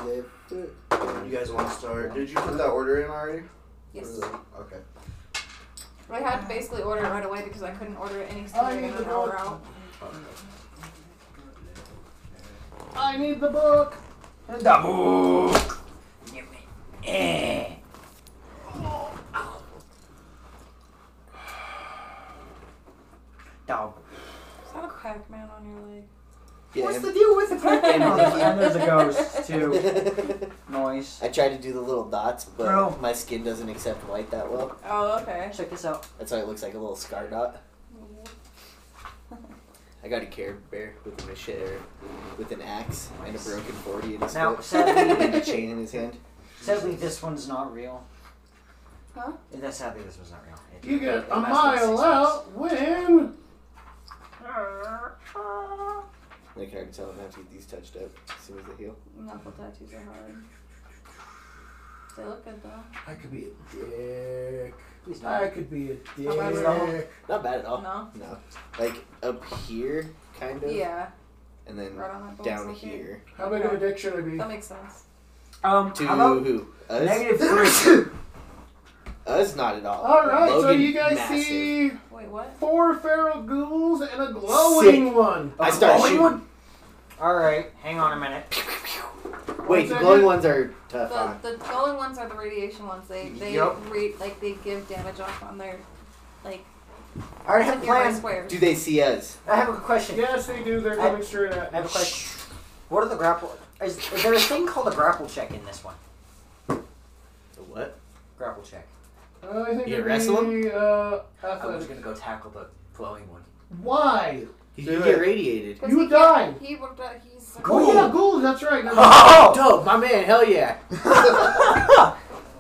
H: You guys want to start? Did you put that order in already?
E: Yes.
H: Okay.
E: But I had to basically order it right away because I couldn't order it any
B: Oh,
A: I
E: sooner
A: need
E: than
A: the
E: an hour
A: book.
E: out.
A: I need the book.
B: Double. Give me. Eh. Dog.
E: Is that a Pac-Man on your leg?
F: Yeah,
B: What's
F: and-
B: the deal with the Pac-Man on this? And there's a ghost too. Noise.
F: I tried to do the little dots, but
B: Bro.
F: my skin doesn't accept white that well.
E: Oh, okay.
B: Check this out.
F: That's why it looks like a little scar dot. I got a Care Bear with a machete, with an axe, and a broken forty in his
B: Now,
F: foot, and a
B: sadly,
F: chain in his hand.
B: sadly, this one's not real.
E: Huh?
B: That's sadly, this one's not real. It-
A: You
B: it
A: get a
B: lasted
A: mile
B: six
A: out when
F: I can already tell I'm gonna have to get these touched up as soon as they heal.
E: Knuckle tattoos are hard. They look good though.
A: I could be a dick.
B: Please don't.
A: I could be a dick.
B: Hello.
F: Not bad at
B: Oh.
F: all.
E: No.
F: No. Like up here, kind of.
E: Yeah.
F: And then
E: Right on that bone
F: down
E: socket.
F: here.
A: How big of a dick should I be?
E: That makes sense.
B: Um,
F: To
B: how about
F: who? Us?
B: negative three?
F: Us? Not at all.
A: All right, so
F: Logan,
A: you guys
F: massive.
A: see
E: Wait, what?
A: four feral ghouls and a glowing one.
F: I start
B: Oh, you
F: shooting.
B: would- All right, hang on a minute.
F: Wait, the
A: second.
F: glowing ones are tough. huh?
E: The, the glowing ones are the radiation ones. They they
A: Yep.
E: re, like they give damage off on their like
B: I already have a
E: secondary
B: plan.
E: squares.
F: Do they see us?
B: I have a question.
A: Yes, they do. They're coming straight at
B: I have a
A: me.
B: question. What are the grapple? Is, is there a thing called a grapple check in this one?
F: The what?
B: Grapple check.
A: Uh, I think
F: You
A: it'd
F: wrestle
A: be, uh,
B: I was gonna
A: athletics.
B: go tackle the glowing one.
A: Why?
F: You
C: Do it.
F: can get radiated.
E: 'Cause
A: You
E: he
A: die.
E: can't- He would. die- He's
A: Oh yeah, gold. That's right. Never mind.
B: Oh!
F: Dope, my man, hell yeah.
A: All
F: I'll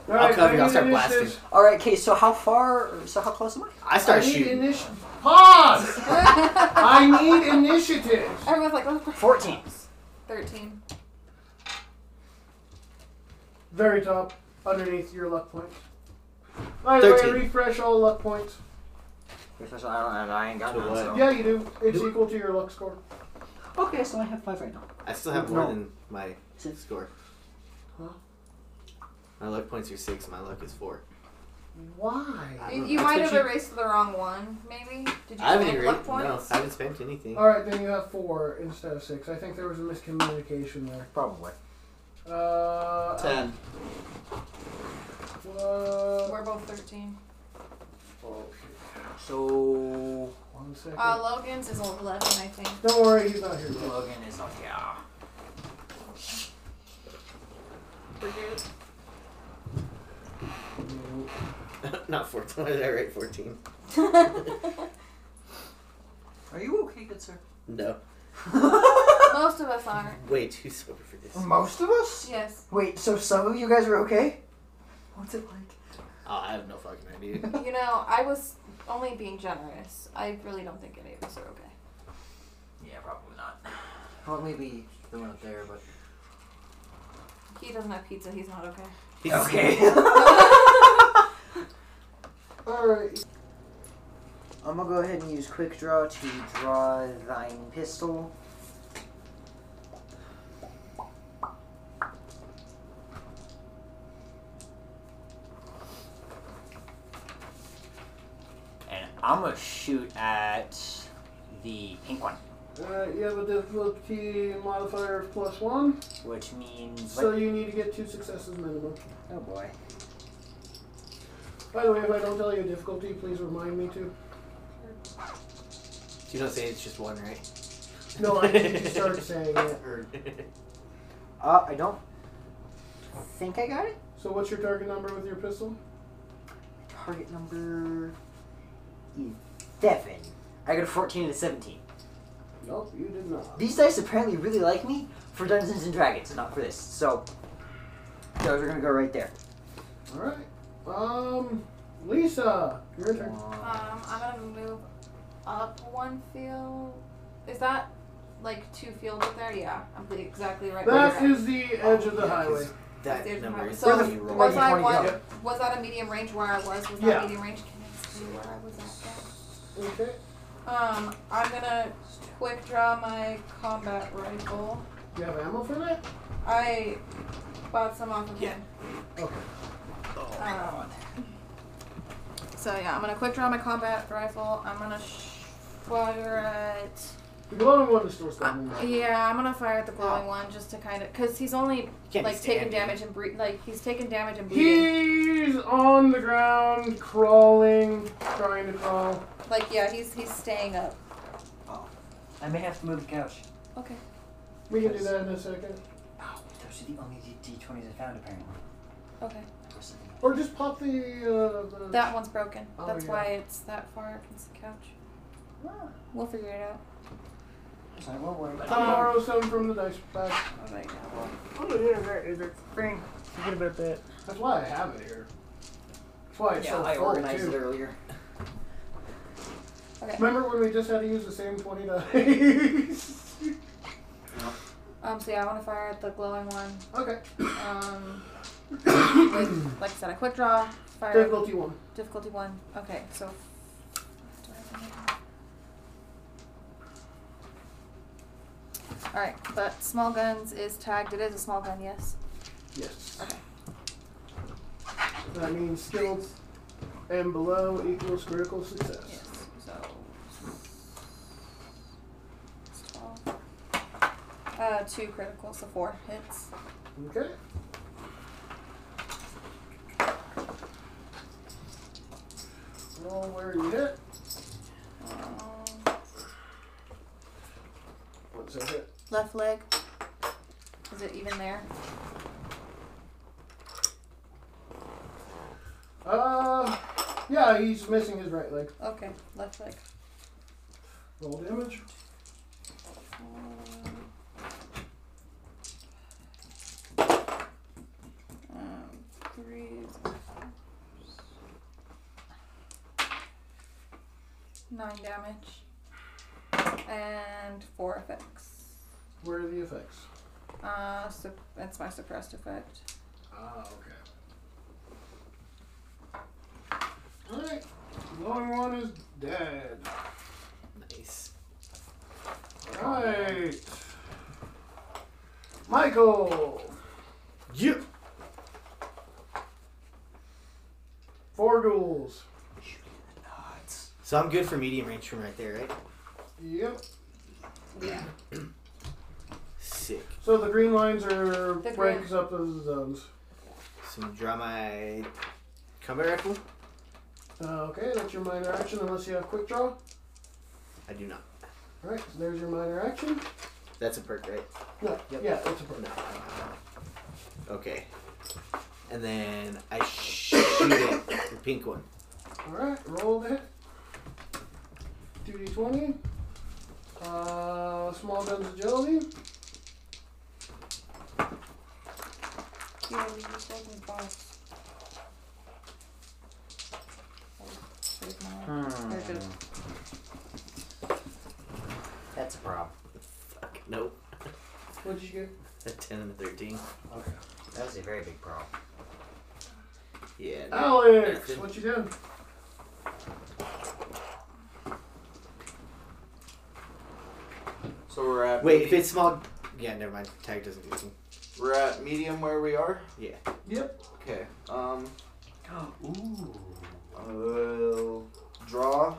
A: right,
F: cover
A: I
F: you,
A: need
F: I'll start
A: initiative.
F: blasting.
B: All right, okay. So how far? So how close am I?
F: I start
A: I need
F: shooting.
A: initi- Pause.
E: Everyone's
A: I need initiative.
E: like, oh,
B: Fourteen.
E: thirteen.
A: Very top, underneath your luck point. By the way,
F: Thirteen.
A: refresh all luck points.
B: Because I don't. I ain't got
F: To
B: none.
F: what?
B: So.
A: Yeah, you do. It's
B: Nope.
A: equal to your luck score.
B: Okay, so I have five right now.
F: I still have more
B: No.
F: than my
B: Six.
F: score.
A: Huh?
F: My luck points are six, my luck is four.
A: Why?
F: I
E: You,
F: don't
E: you
F: know.
E: might
F: That's
E: have
F: what
E: erased the wrong one, maybe. Did you
F: I haven't
E: spend luck
F: erased. No,
E: points?
F: I haven't spent anything.
A: All right, then you have four instead of six. I think there was a miscommunication there.
B: Probably.
A: Uh,
F: Ten.
A: uh,
E: We're both thirteen.
B: So
A: one second.
E: Uh, Logan's is eleven, I think.
A: Don't worry, he's not here. yet.
B: Logan is not. Yeah.
E: We're good.
F: Not fourteen. Why did I write fourteen?
B: Are you okay, good sir?
F: No.
E: Most of us aren't.
F: Way too sober for this. Oh,
B: Most of us.
E: Yes.
B: Wait. So some of you guys are okay. What's it like?
F: Ah, I have no fucking idea.
E: You know, I was only being generous. I really don't think any of us are okay.
B: Yeah, probably not. Well, maybe the one up there, but
E: He doesn't have pizza. He's not okay.
F: He's
A: All right.
B: I'm gonna go ahead and use quick draw to draw thine pistol. And I'm gonna shoot at the pink one,
A: All right, you have a difficulty modifier of plus one,
B: which means
A: so you need to get two successes minimum.
B: oh boy.
A: By the way, if I don't tell you a difficulty, please remind me to.
F: You don't say it's just one, right?
A: No, I need to start saying it.
F: Or-
B: Uh, I don't think I got it.
A: So what's your target number with your pistol?
B: Target number eleven. I got a fourteen and a seventeen.
A: Nope, you did not.
B: These dice apparently really like me for Dungeons and Dragons, not for this. So those are gonna go right there.
A: All right. Um, Lisa, your turn.
E: Um, I'm gonna move up one field. Is that like two fields up there? Yeah, I'm the- exactly right. where
A: That
E: you're at.
A: is the edge of the highway.
F: that
E: There's
F: number
E: my-
F: is
E: so
F: so you roll.
E: was
B: you
E: I
B: pointed
E: one?
B: out.
E: Was that a medium range where I was? Was that
A: Yeah.
E: medium range? Can I see where I was at?
A: Okay.
E: then? Um, I'm gonna quick draw my combat rifle.
A: Do you have ammo for that?
E: I bought some off of
F: Yeah.
E: him.
A: Okay.
E: Um, so yeah, I'm gonna quick draw my combat rifle. I'm gonna sh- fire at. uh,
A: The glowing one is still standing there.
E: Yeah, I'm gonna fire at the glowing one just to kind of, cause he's only
F: Can't be
E: like taking
F: standing.
E: damage and bre- like he's taking damage and bleeding.
A: He's on the ground, crawling, trying to crawl.
E: Like yeah, he's he's staying up.
B: I may have to move the couch.
E: Okay.
A: We can do that in a second.
B: Oh, those are the only D- D20s I found apparently.
E: Okay.
A: Or just pop the. Uh, the
E: That one's broken.
A: Oh,
E: That's
A: yeah.
E: why it's that far up against the couch.
B: Ah,
E: We'll figure it out.
B: so I won't worry about
A: I'll borrow some from the dice bag.
E: Alright.
B: Forget about that.
A: That's why I have it here. That's why it's
B: Yeah,
A: so
B: I
A: full
B: organized it
A: too.
B: earlier.
E: Okay.
A: Remember when we just had to use the same twenty dice?
E: Um. So yeah, I want to fire at the glowing one.
A: okay.
E: Um. like, like I said, a quick draw. Fire.
A: Difficulty one.
E: Difficulty one. Okay, so. do I have any- Alright, but small guns is tagged. It is a small gun, yes.
A: Yes.
E: Okay.
A: That means skilled and below equals critical success.
E: Yes. So. it's 12. Uh, two critical, so four hits.
A: Okay. Roll where you hit.
E: Um,
A: What's a hit?
E: left leg. Is it even there?
A: Uh, yeah, he's missing his right leg.
E: Okay, left leg.
A: Roll damage.
E: Um, three. Nine damage. And four effects.
A: Where are the effects?
E: Uh, so that's my suppressed effect.
A: Ah, okay. Alright, glowing one is dead.
F: Nice.
A: Alright. Michael!
F: Yep.
A: Four duels.
F: So I'm good for medium range from right there, right?
A: Yep.
E: Yeah.
F: Sick.
A: So the green lines are
E: The
A: breaks up the zones.
F: So I'm gonna draw my combat rifle.
A: Uh, okay, that's your minor action unless you have quick draw.
F: I do not.
A: Alright, so there's your minor action.
F: That's a perk, right?
A: No,
F: Yep.
A: yeah, it's a perk.
F: Okay. And then I shoot it, the pink one.
A: Alright, roll that. 2d20. Uh, small guns agility.
E: Yeah, we just opened the box. Oh, save my-
B: Hmm.
E: There's a-
B: That's a problem.
F: Fuck, nope.
A: What did you get?
F: A 10 and a 13.
B: That was a very big problem.
F: Yeah. no.
A: Alex,
F: Nothing.
A: what you doing?
C: So we're at
F: Wait, if it's small. Yeah, never mind. Tag doesn't do anything.
C: we're at medium where we are.
A: Yep.
C: Okay. Um,
B: Ooh.
C: I will Uh, draw.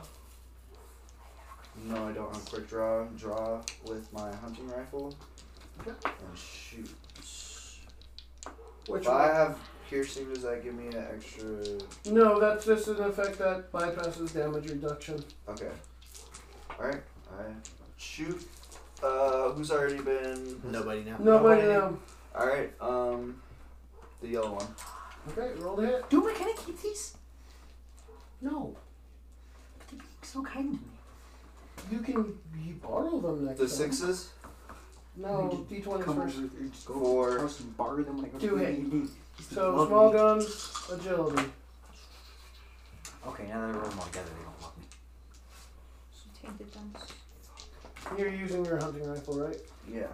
C: No, I don't have quick draw. Draw with my hunting rifle
A: Okay.
C: and shoot.
A: Which
C: If I
A: one?
C: have piercing, does that give me an extra?
A: No, that's just an effect that bypasses damage reduction.
C: Okay. All right. I shoot. Uh, who's already been?
F: Nobody now.
A: Nobody
C: Nobody.
A: know.
C: All right. Um, the yellow one.
A: Okay, roll the hit.
B: Do I can I keep these? No. But they're being so kind to me.
A: You can you borrow them next
C: The
A: time.
C: sixes.
A: No, d20
B: Come
A: first.
B: over here, just go
C: Four.
B: over first and borrow them when I go
A: Two
B: to
A: hit.
B: AED.
A: So
B: Love
A: small
B: me.
A: guns, agility.
B: Okay, now that I roll them all together, they don't love me.
E: Tainted dumps.
A: You're using your hunting rifle, right?
C: Yeah.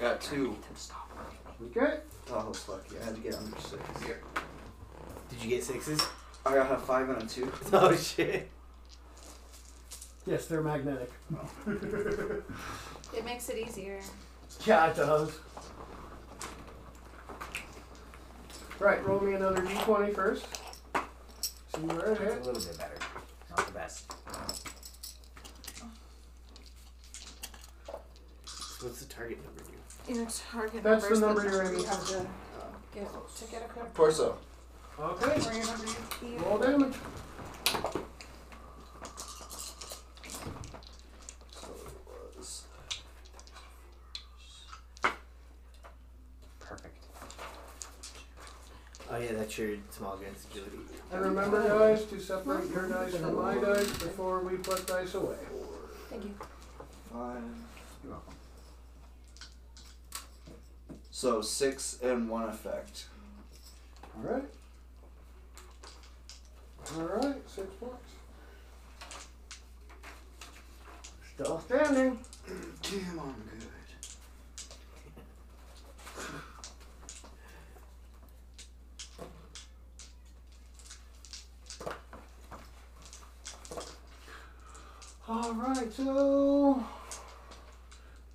C: Got two.
B: Let them stop loving me.
A: Okay.
C: Oh fuck! Yeah, I had to get under six.
F: Did you get sixes?
C: I got a five and a two.
F: Oh shit.
A: Yes, they're magnetic.
E: It makes it easier.
A: Yeah, it does. Right, roll me another d20 first. See where it
B: It's
A: hits.
B: a little bit better. Not the best.
F: What's the target number? Dude?
E: Your target
A: That's the
E: number
A: number
E: is
A: you're aiming
E: you have
A: for.
E: to get to get a critical.
C: Torso.
A: Okay,
E: Or you have to eat.
A: roll damage.
C: So it was.
B: Perfect.
F: Oh yeah, that's your small guns agility.
A: And remember, guys, to separate your dice from my dice before we put dice away.
E: Thank you.
C: Five.
B: You're welcome.
C: So six and one effect.
A: Alright. Alright, six points. Still standing.
C: Damn, I'm good.
A: Alright, so.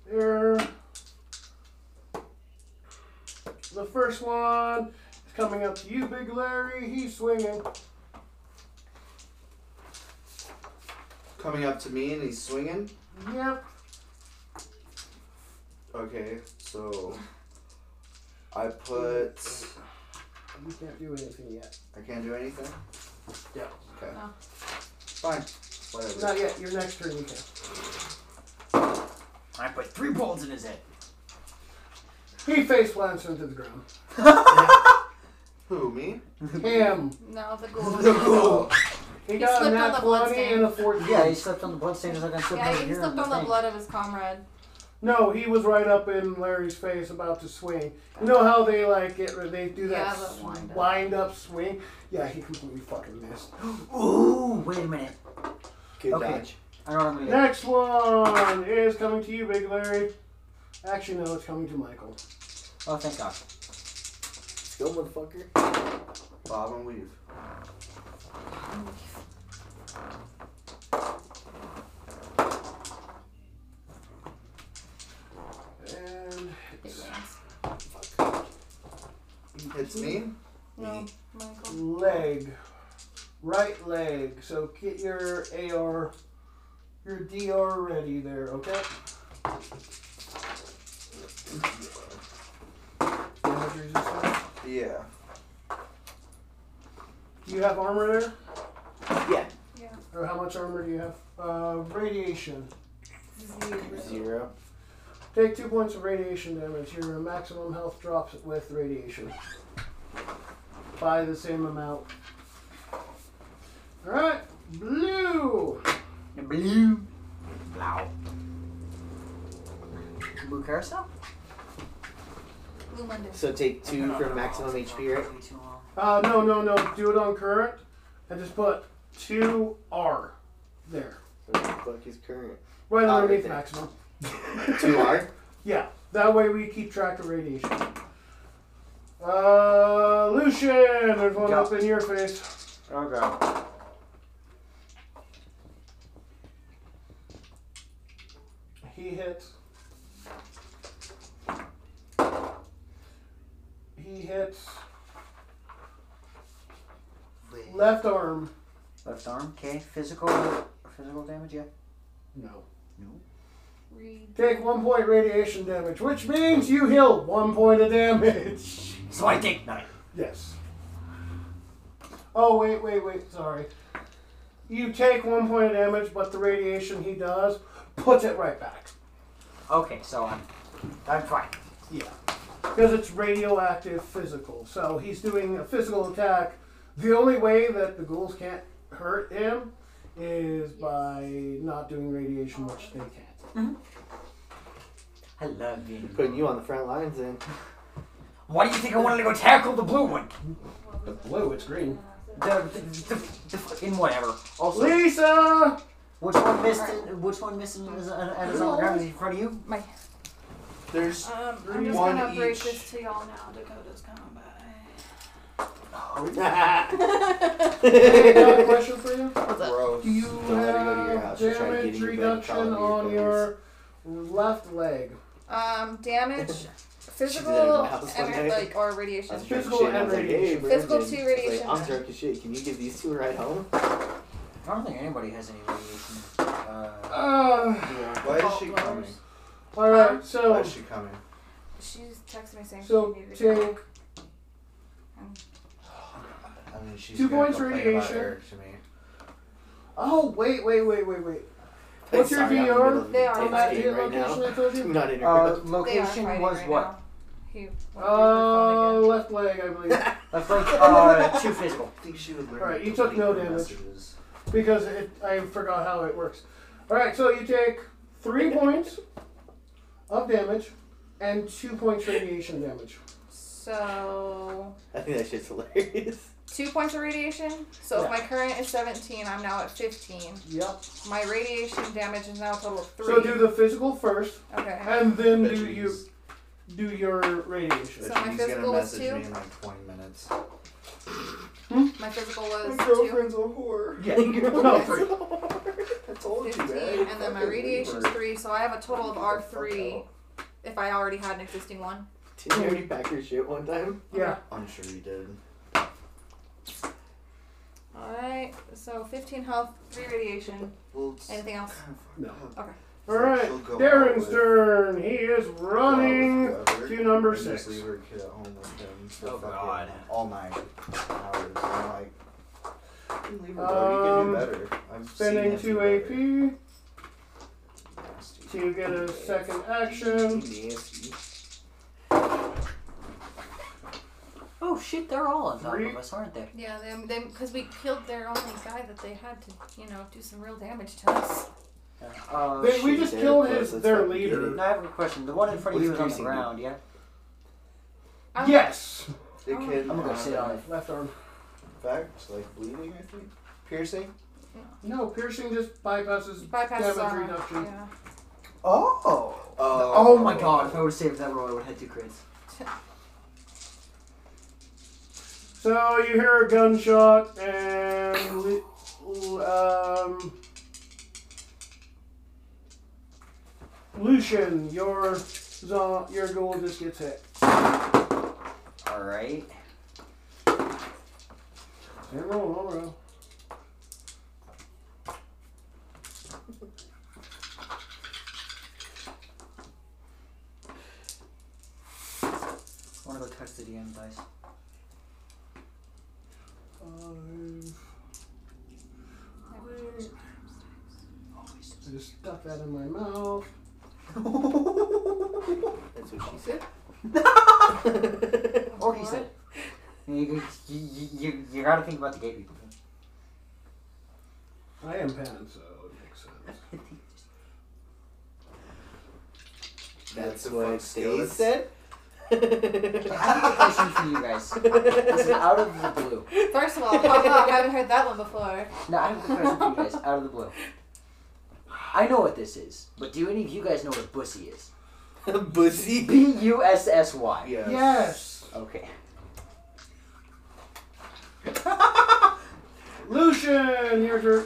A: There. The first one is coming up to you, Big Larry. He's swinging.
C: Coming up to me and he's swinging.
A: Yep.
C: Okay, so I put.
A: You can't do anything yet.
C: I can't do anything.
A: Yeah.
C: Okay.
E: Oh.
C: Fine. Whatever.
A: Not yet. Your next turn, you can.
B: I put three bolts in his head.
A: He face plants into the ground.
C: Who me?
A: Him.
E: No, the gold.
A: He
E: He
A: got a
E: slipped on
A: nat
E: the blood
A: 20
E: stain.
A: and a 14.
B: Yeah, he slept on the bloodstains like I slept
E: yeah,
B: over
E: he
B: here.
E: slipped on the blood of his comrade.
A: No, he was right up in Larry's face about to swing. You know how they like get they do
E: Yeah,
A: that
E: the
A: s-
E: wind up.
A: wind up swing? Yeah, he completely fucking missed.
B: Ooh, wait a minute.
F: Good
B: Okay.
F: dodge.
B: I know what I'm gonna do.
A: Next one is coming to you, Big Larry. Actually, no, it's coming to Michael.
B: Oh, thank God.
F: Let's go, motherfucker.
C: Bob and Weave.
A: And
E: Big
A: it's
C: It's
E: wings.
C: me.
E: No, Michael.
A: leg, right leg. So get your AR, your DR ready there, okay? Damage resistance.
C: Yeah.
A: Do you have armor there?
F: Yeah.
E: Yeah.
A: Or how much armor do you have? Uh, radiation.
E: Zero.
F: Zero.
A: Take two points of radiation damage. Your maximum health drops with radiation by the same amount. All right, blue.
B: The blue. Wow. Blue carousel?
E: Blue Monday.
F: So take two for maximum HP, right?
A: Uh, no, no, no. Do it on current, and just put two R there,
F: What the fuck is current?
A: right
F: Ah, right
A: underneath
F: there.
A: maximum.
F: Two R?
A: Yeah, that way we keep track of radiation. Uh, Lucian, there's one
B: Yeah.
A: up in your face.
H: Okay.
A: He hits. He hits left arm.
B: Left arm. Okay. Physical. Physical damage. Yeah.
A: No.
E: Read.
A: Take one point radiation damage, which means you heal one point of damage.
B: So I take nine.
A: Yes. Oh wait, wait, wait. Sorry. You take one point of damage, but the radiation he does puts it right back.
B: Okay, so I'm. I'm fine.
A: Yeah. Because it's radioactive physical. So he's doing a physical attack. The only way that the ghouls can't hurt him is by not doing radiation, which they can't.
B: I love you.
F: Putting you on the front lines then.
B: Why do you think I wanted to go tackle the blue one?
A: The blue, it's green.
B: The the, the, the fucking whatever. Also,
A: Lisa!
B: which one missed? it- Which one missed it as- as on the ground in front of you?
E: My.
C: There's
E: Um, I'm just
C: One
E: gonna break
C: each.
E: this to y'all now. Dakota's coming
A: I
E: by.
A: got a question for you.
C: gross.
A: Do you
F: Don't let her go to your
A: have
F: house. She's trying to get
A: damage
F: you back to Call
A: reduction
F: of Duty
A: on your left leg?
E: um, damage, physical,
F: did it in my house one
E: and
F: day.
E: like or radiation.
F: That's
A: Physical
F: shit. I was
A: and
F: like, hey,
A: radiation.
F: Brandon.
E: Physical two
F: It's like,
E: radiation.
F: I'm drunk as shit. Can you give these two a ride home?
B: I don't think anybody has any radiation. Uh,
A: Uh,
C: Why is she coming?
A: all right,
C: Why
A: so
C: is she coming?
E: She's texted me saying
A: so
E: she needed to
A: take
C: I mean, she's
A: Two
C: gonna
A: points
C: complain about
A: radiation.
C: Eric to me.
A: Oh wait, wait, wait, wait, wait. What's your
F: Sorry, I'm in the
A: VR?
F: middle of the
E: They are
A: On
F: intense
A: that location I
F: game right now.
A: told you.
F: I'm not in her
B: uh,
E: They are
B: location
E: fighting
B: was
E: right
B: what?
E: Now. He,
A: Uh, left leg, I believe,
B: That's like uh, two physical.
C: I think she would learn.
A: Alright,
C: to
A: you took no
C: delete the
A: damage.
C: messages.
A: because it, I forgot how it works. All right, so you take three points of damage and two points radiation damage.
E: so
F: I think that shit's hilarious.
E: two points of radiation. So if
A: Yeah.
E: my current is 17, I'm now at 15.
A: Yep.
E: My radiation damage is now a total of three.
A: So do the physical first,
E: okay.
A: and then
C: I bet
A: do
C: you
A: you
C: he's-
A: do your radiation.
C: I bet you
E: So my
C: he's gonna
E: physical was
C: message
E: two?
C: me in like 20 minutes.
E: My physical was
C: My
E: two,
C: girlfriend's a whore.
F: Yeah.
A: No, three.
F: I told you,
E: 15,
F: man.
E: and then my radiation's three. So I have a total of R three. If I already had an existing one.
F: Didn't you already pack your shit one time?
A: Yeah.
C: I'm sure you did.
E: All right. So 15 health, three radiation.
C: Well, it's
E: Anything else?
C: kind of fucked
A: No.
C: up.
E: Okay.
A: All right,
C: She'll go Oh, out
A: Darren's
C: with-
A: turn. He is running
C: out with whoever
A: to number
C: and
A: six.
C: Just leave her kid at home with him. for
B: Oh,
C: fucking
B: God.
C: All night. Hours. I'm like, you can leave her,
A: Um,
C: bro. You can do better. I've
A: Spending
C: seen him
A: two
C: do
A: AP
C: better.
A: to
C: Nasty.
A: get a second action.
F: Nasty.
B: Oh shit, they're all on top
A: Three.
B: of us, aren't they?
E: Yeah, them, them, because we killed their only guy that they had to, you know, do some real damage to us.
B: Uh,
A: They-
B: shit.
A: we just
F: Shit,
A: killed
F: they're
A: his
F: close,
A: their
F: let's fucking get
A: leader.
B: I have a question. The one in front of
F: What
B: you
F: is
B: is on the
F: piercing
B: ground, yeah?
E: I-
A: Yes.
C: The
E: Oh.
C: kid
B: I'm gonna go
C: had
B: sit on it.
A: Left arm.
C: facts, like bleeding, I think. Piercing?
A: No, piercing just bypasses
E: Bypass
A: damage
E: uh,
A: reduction.
E: Yeah.
B: Oh!
C: Oh.
B: Oh my god, if I would saved that roll, I would have had two crits.
A: So you hear a gunshot and li- um, Lucian, your zo- your goal just gets hit.
B: Alright.
A: And roll, roll, roll.
B: I wanna go touch the DM dice.
A: Five. I just stuck that in my mouth.
F: That's what she said.
B: Or he said. You, you, you, you, you gotta think about the gay people.
A: I am pan, so it makes sense.
F: That's
C: That's
F: what
C: what
F: they
C: skillets.
F: said.
B: I have a question for you guys. This is out of the blue.
E: First of all, haha, I haven't heard that one before.
B: No, I have a question for you guys, out of the blue. I know what this is, but do any of you guys know what a bussy is?
F: Bussy.
B: B U S S Y.
C: Yes.
A: Yes,
B: Okay.
A: Lucian, your turn.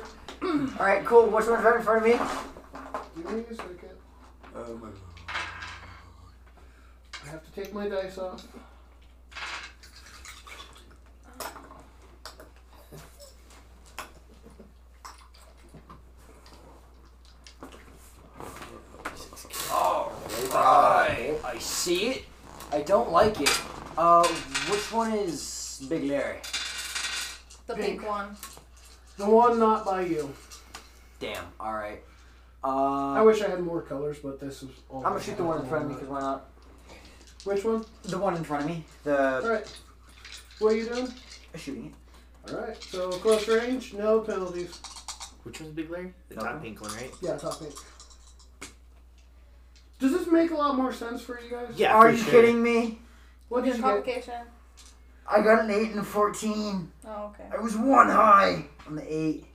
B: Alright, cool. Which one's right in front of me?
A: Give me a second.
F: Oh my god.
A: I have to take my dice off.
B: Alright. I see it. I don't like it. Uh, which one is Big Larry?
E: The big one.
A: The one not by you.
B: Damn. Alright.
A: I
B: Uh,
A: wish I had more colors, but this is all.
B: I'm gonna shoot the one in front of me because why not?
A: Which one?
B: The one in front of me. The
A: Alright. What are you doing?
B: shooting
A: Alright, so close range, no penalties.
F: Which one's Big Larry? The
B: That
F: top
B: one?
F: pink one, right?
A: Yeah, top eight. Does this make a lot more sense for you guys?
B: it.
F: Yeah.
B: Are
F: for
B: you
F: sure.
B: kidding me?
A: What did you get?
E: Complication.
B: I got an eight and a fourteen.
E: Oh, okay.
B: I was one high on the eight.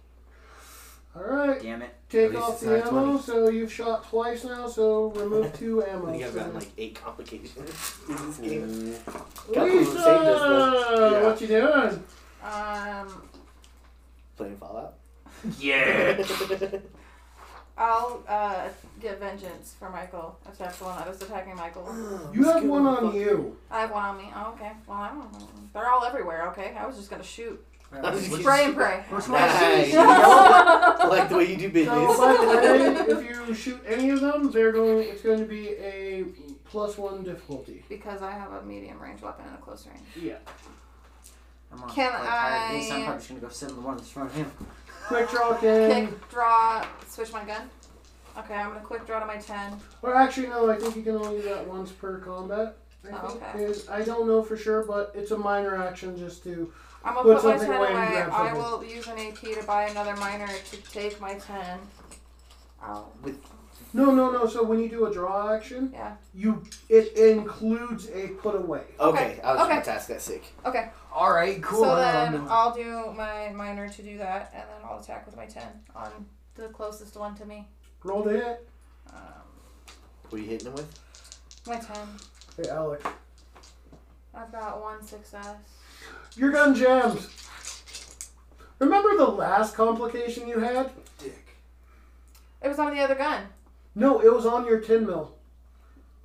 A: Alright,
B: Damn it.
A: take
F: At least
A: off
F: it's
A: the
F: not
A: ammo, so you've shot twice now, so remove two ammo.
F: I think I've gotten like eight complications in this game. Captain
A: Lisa!
F: saved us, though. Yeah.
A: What you doing?
E: Um,
F: Playing Fallout.
B: Yeah.
E: I'll uh, get vengeance for Michael if that's the one that was attacking Michael.
A: You have one on you.
E: I have one on me. Oh, okay. Well, I don't know. They're all everywhere, okay? I was just gonna shoot.
F: Which-
E: Pray and pray.
B: Which one?
F: Nice. I like the way you do
A: So
F: business.
A: by the way, if you shoot any of them, they're going. It's going to be a plus one difficulty.
E: Because I have a medium range weapon and a close range.
A: Yeah.
B: I'm gonna
E: Can
B: play tired of these. I'm
E: I-
B: probably just gonna go sit on the one that's in front of him.
A: Quick draw can.
E: Kick, draw, switch my gun. Okay, I'm gonna quick draw to my 10.
A: Or actually, no. I think you can only do that once per combat. I
E: Oh,
A: think
E: okay.
A: is I don't know for sure, but it's a minor action just to.
E: I'm gonna
A: Put
E: put, my
A: something
E: 10
A: away
E: away.
A: and grab
E: I
A: something.
E: will use an AP to buy another miner to take my 10. Oh,
A: No, no, no. So when you do a draw action,
E: yeah.
A: you it includes a put away.
F: Okay, I was
E: Okay.
F: gonna task that sick.
E: Okay,
B: All right, cool.
E: so
B: I don't
E: then
A: Um,
B: know.
E: I'll do my miner to do that, and then I'll attack with my 10 on the closest one to me.
A: Roll to hit.
E: Um,
F: What are you hitting him with?
E: my 10.
A: Hey, Alex.
E: I've got one success.
A: Your gun jams. Remember the last complication you had?
C: Dick.
E: It was on the other gun.
A: No, it was on your tin mill.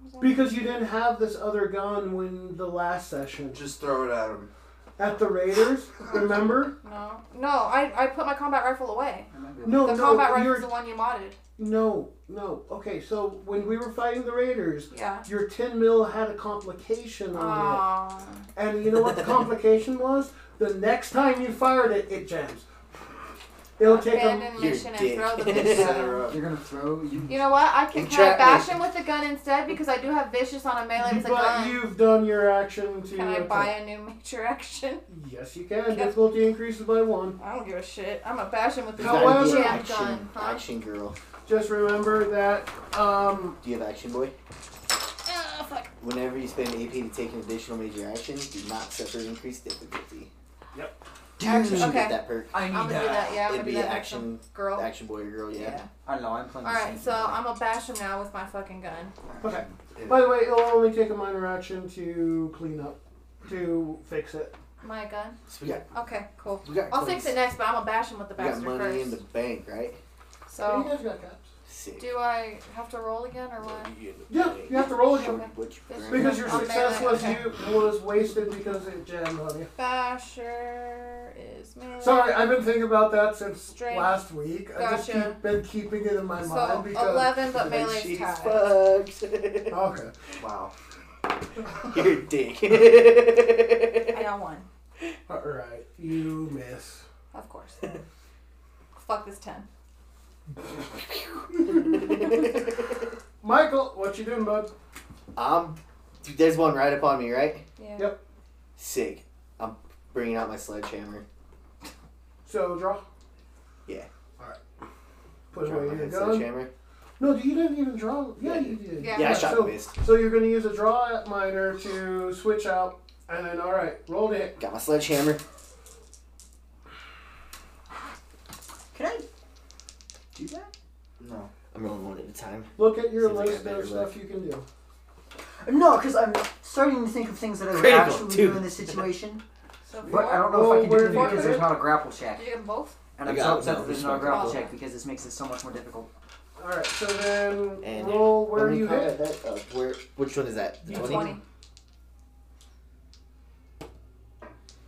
E: It was on-
A: Because you didn't have this other gun when the last session.
C: Just throw it at him.
A: at the Raiders. Remember?
E: No. No, I, I put my combat rifle away.
A: No,
E: the
A: Oh, no,
E: combat rifle's
A: you're
E: the one you modded.
A: no, no. Okay, so when we were fighting the Raiders,
E: Yeah.
A: your tin mill had a complication on it,
E: Aww.
A: and you know what the complication was? The next time you fired it, it jams. It'll take a
E: Abandon
F: You
E: mission and
F: dick.
E: throw the
F: Set her
E: mission.
F: up.
B: You're gonna throw you.
E: You know what? I can kind
F: You
E: of
F: trapped
E: bash
F: me.
E: him with a gun instead because I do have vicious on a melee with a
A: but
E: gun.
A: you've done your action to
E: Can I
A: attack.
E: buy a new major action?
A: Yes, you can. Difficulty increases by one.
E: I don't give a shit. I'm a bash him with a
F: You gotta
A: However-
F: be an
E: jam
F: action,
E: gun. Huh?
F: action girl.
A: Just remember that. Um,
F: Do you have action boy?
E: Ah, fuck.
F: Whenever you spend AP to take an additional major action, do not suffer increased difficulty.
E: Action.
F: You should get
E: Okay.
F: that perk.
B: I need
E: I'm gonna do that. Yeah, I'm
F: It'd
E: gonna do
F: be
E: that next time.
F: action,
E: Girl.
F: action boy or girl. Yeah.
E: Oh. Yeah.
B: I don't know. I'm playing. the
E: Alright,
B: same
E: so
B: thing.
E: I'm gonna bash him now with my fucking gun.
A: okay. By the way, it'll only take a minor action to clean up, to fix it.
E: My gun?
F: So we got,
E: Okay, cool.
F: we got.
E: I'll fix it
F: coins.
E: next, but I'm gonna bash him with the
F: We got
E: bastard
F: money
E: first.
F: in the bank, right?
E: So.
A: You guys got caps.
F: Sick.
E: Do I have to roll again or what?
F: Money in the
A: Yeah,
F: bank.
A: you have to roll again
E: Okay.
F: What you
E: This-
F: bring?
A: because your
E: On
A: success
E: melee,
A: was
E: okay.
A: you was wasted because it jammed on you.
E: Basher is melee.
A: Sorry, I've been thinking about that since
E: Strength.
A: last week. I just
E: Gotcha.
A: keep, been keeping it in my
E: So
A: mind because.
E: eleven, but melee's
F: She's
E: tied.
F: fucked.
A: Okay.
C: Wow.
F: You're a dick.
E: I got one,
A: All right. You miss.
E: of course. Fuck this ten.
A: Michael, what you doing, bud?
F: um, dude, there's one right upon me, right?
E: Yeah.
A: Yep.
F: Sick. I'm bringing out my sledgehammer.
A: So draw.
F: Yeah.
A: All right. Put
F: Drop my
A: away your gun.
F: sledgehammer.
A: No, you didn't even draw. Yeah,
F: Yeah, I
A: you did.
E: Yeah.
F: Yeah, I shot
A: so,
F: and missed.
A: So you're going to use a draw at minor to switch out, and then all right, roll to hit.
F: Got my sledgehammer.
B: Can I do that?
C: No.
F: I'm rolling one at a time.
A: Look at your
F: Seems like I
A: list
F: better
A: of stuff
F: look.
A: you can do.
B: No, because I'm starting to think of things that I would
F: Critical,
B: actually
F: too.
B: do in this situation.
E: So
B: But I
E: four.
B: don't know if I can do it
A: Well,
B: because there's not a grapple check.
E: Did you get 'em both?
B: And
F: I
B: I'm
F: got
B: so
F: it.
B: upset
F: No,
B: that there's
F: this
B: no
F: one.
B: grapple check because this makes it so much more difficult.
A: All right, so then
F: And-
A: roll where
F: How many
A: you
F: cards
A: hit.
F: are there? Uh, where? Which one is that? The
E: Twenty.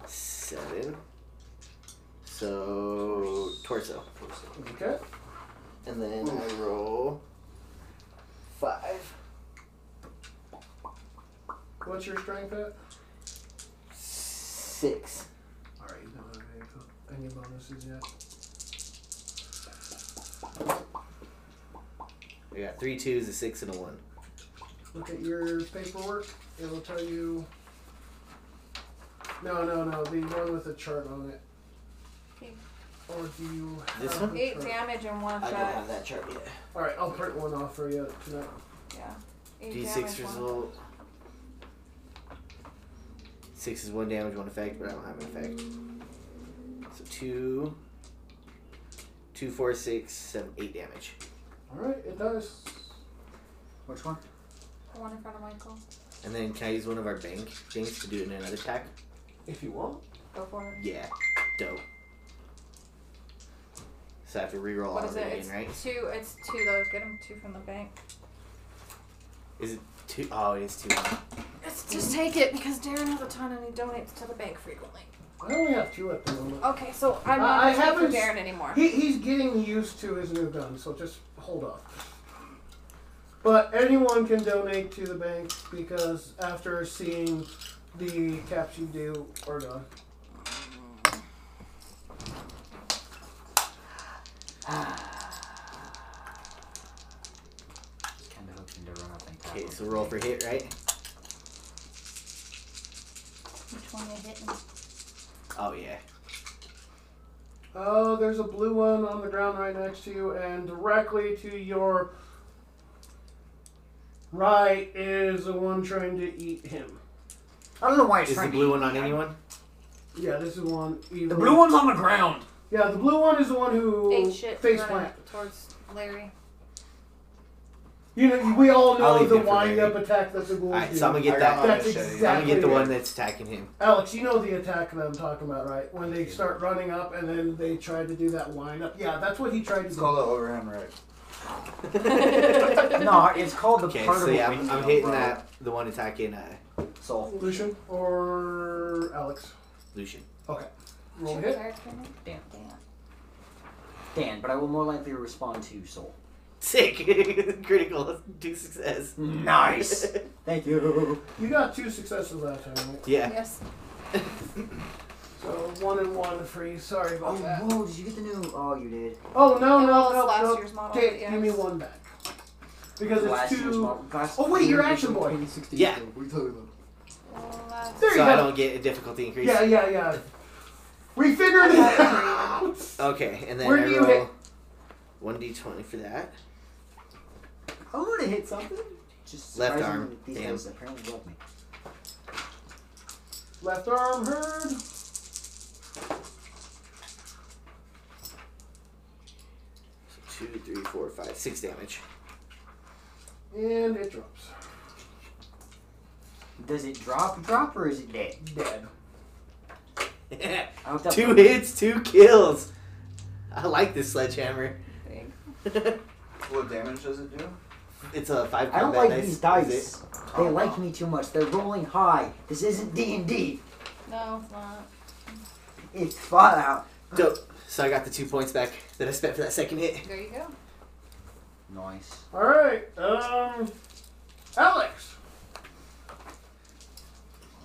F: Seven. So torso.
A: Okay.
F: And then I roll five.
A: What's your strength at?
F: Six.
A: All right, you don't have any, any bonuses yet.
F: We got three twos, a six, and a one.
A: Look at your paperwork. It'll tell you. No, no, no. The one with the chart on it.
E: Okay.
A: Or do you have
F: This one?
A: the
E: Eight
A: chart?
E: damage and one
F: I don't
E: shot.
F: have that chart yet.
A: All right, I'll print one off for you tonight.
E: Yeah. Eight
F: D6
E: damage, one-
F: result. Six is one damage, one effect, but I don't have an effect. So two, two, four, six, seven, eight damage.
A: All right, it does.
B: Which one?
E: One in front of Michael.
F: And then can I use one of our bank things to do it in another attack?
A: If you want.
E: Go for it.
F: Yeah. Dope. So I have to reroll
E: What
F: all
E: is
F: of
E: it?
F: it again,
E: It's
F: right?
E: two. It's two though. Get him two from the bank.
F: Two oh it is two.
E: Let's just take it because Darren has a ton and he donates to the bank frequently.
A: I only have two at the moment.
E: Okay, so I'm
A: Uh,
E: not
A: I
E: gonna take
A: haven't
E: for
A: s-
E: Darren anymore.
A: He, he's getting used to his new gun, so just hold off. But anyone can donate to the bank because after seeing the caps you do are done.
B: Just kind of hoping to run up and
F: Okay, so roll for hit, right?
E: Which one you hitting?
F: Oh yeah.
A: Oh, there's a blue one on the ground right next to you, and directly to your right is the one trying to eat him.
B: I don't know why it's
F: Is the
B: trying to
F: blue
B: eat
F: one on
B: me.
F: anyone?
A: Yeah, this is one.
B: The blue one's on the ground.
A: Yeah, the blue one is the one who
E: Ate shit
A: face
E: running
A: plant.
E: towards Larry.
A: You know, we all
F: I'll
A: know
F: leave
A: the
F: it for
A: wind up
F: Larry.
A: attack that the ghouls
F: Alright,
A: do.
F: so I'm gonna get
C: I
F: that
C: got
A: That's
C: mine.
A: exactly.
F: I'm gonna get the
A: it.
F: one that's attacking him.
A: Alex, you know the attack that I'm talking about, right? When they start running up and then they try to do that wind up. Yeah, that's what he tried to
C: It's
A: do.
C: called an overhand right.
B: no, it's called the
F: Okay,
B: part
F: so
B: of
F: yeah, I'm, I'm hitting that the one attacking uh
B: soul.
A: Lucian or Alex?
F: Lucian.
A: Roll
E: Your
A: to hit.
E: character name?
B: Dan.
E: Dan.
B: Dan, but I will more likely respond to Soul.
F: Sick. Critical. Do success.
B: Nice. Thank you.
A: You got two successes last time, right?
F: yeah.
E: Yes.
A: So one and one for you. Sorry
B: Oh,
A: about that.
B: whoa, did you get the new? Oh, you did.
A: Oh no
E: Yeah, well,
A: no
E: it's
A: no
E: last
A: no!
E: year's model,
A: Take-
E: but yeah.
A: give me one back because
B: Last
A: it's
B: year's
A: two.
B: model- last
A: Oh, wait, you're
B: year's
A: Action Boy.
B: 2016.
F: Yeah.
B: What are you talking about?
E: Last-
A: There you
F: So
A: go.
F: I don't get a difficulty increase.
A: Yeah yeah yeah. We figured it out.
F: Okay, and then
A: Where
F: I
A: do you
F: roll
A: hit?
F: one d twenty for that.
B: I want to hit something. Just
F: Left
B: surprising
F: arm.
B: that These
F: Damn.
B: guys apparently love me.
A: Left arm heard.
F: So two, three, four, five, six damage.
A: And it drops.
B: Does it drop, drop, or is it dead?
A: Dead.
B: I hooked up
F: two hits, two kills. I like this sledgehammer.
B: Thing.
F: it's
C: What damage does it do?
F: a five.
B: I don't like
F: combat dice.
B: these
F: Is
B: dice.
F: it?
B: They like me too much. They're rolling high. This isn't D and D.
E: No, it's not.
B: It's Fallout.
F: Dope. So I got the two points back that I spent for that second hit.
E: There you go.
B: Nice.
A: All right. Um, Alex.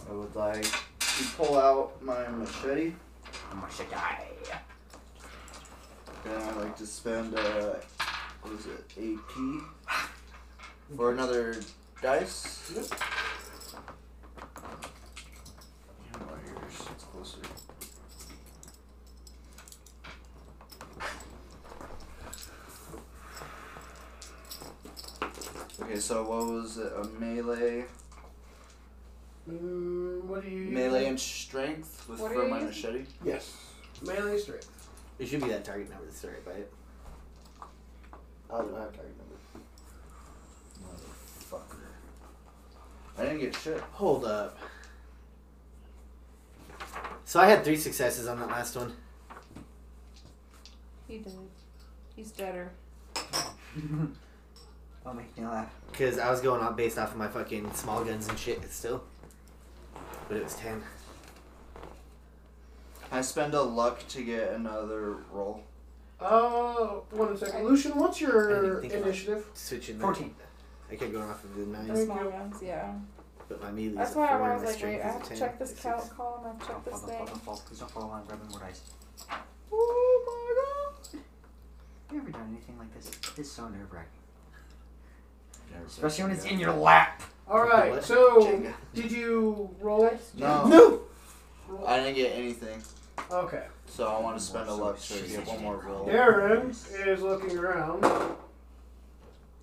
C: I would like to pull out my machete.
B: I'm a guy.
C: And I like to spend uh what is it, AP for another dice. Yep. It's closer. Okay, so what was it? A melee,
A: Mm, what do you?
C: melee and strength with
E: What
C: for
E: are
C: my
E: you-
C: machete.
A: Yes. Melee straight.
F: It should be that target number that's right by it.
C: I don't have target number. Motherfucker. I didn't get shit.
F: Hold up. So I had three successes on that last one.
E: He did. He's deader.
B: Don't make me laugh.
F: Because I was going off based off of my fucking small guns and shit still. But it was 10.
C: I spend a luck to get another roll.
A: Uh, one second. Lucian, what's your
F: I didn't think about
A: initiative?
F: Switching that.
B: 14.
F: I kept going off of the 9s,
A: There you
E: Small
A: go.
E: guns, yeah.
F: but my melee
E: That's
F: is a
E: why
F: 4
E: I
F: and
E: was
F: my
E: like, wait,
F: strength
E: I
F: is a
E: have to
F: 10.
E: check this
F: That's
E: cal-
F: six.
E: column, I have to check
B: Don't
E: this
B: fall,
E: thing.
B: don't fall, don't fall. Please don't fall. I'm grabbing more dice.
E: Oh my god.
B: Have you ever done anything like this? It's so nerve wracking.
C: Never
B: Especially when it's in
C: fucking
B: your lap.
A: All right.
F: What?
A: So,
F: Jenga.
A: did you roll?
C: No.
F: No!
C: got. I didn't get anything,
A: Okay.
C: so I want to spend a luck to get one more roll.
A: Aaron is looking around.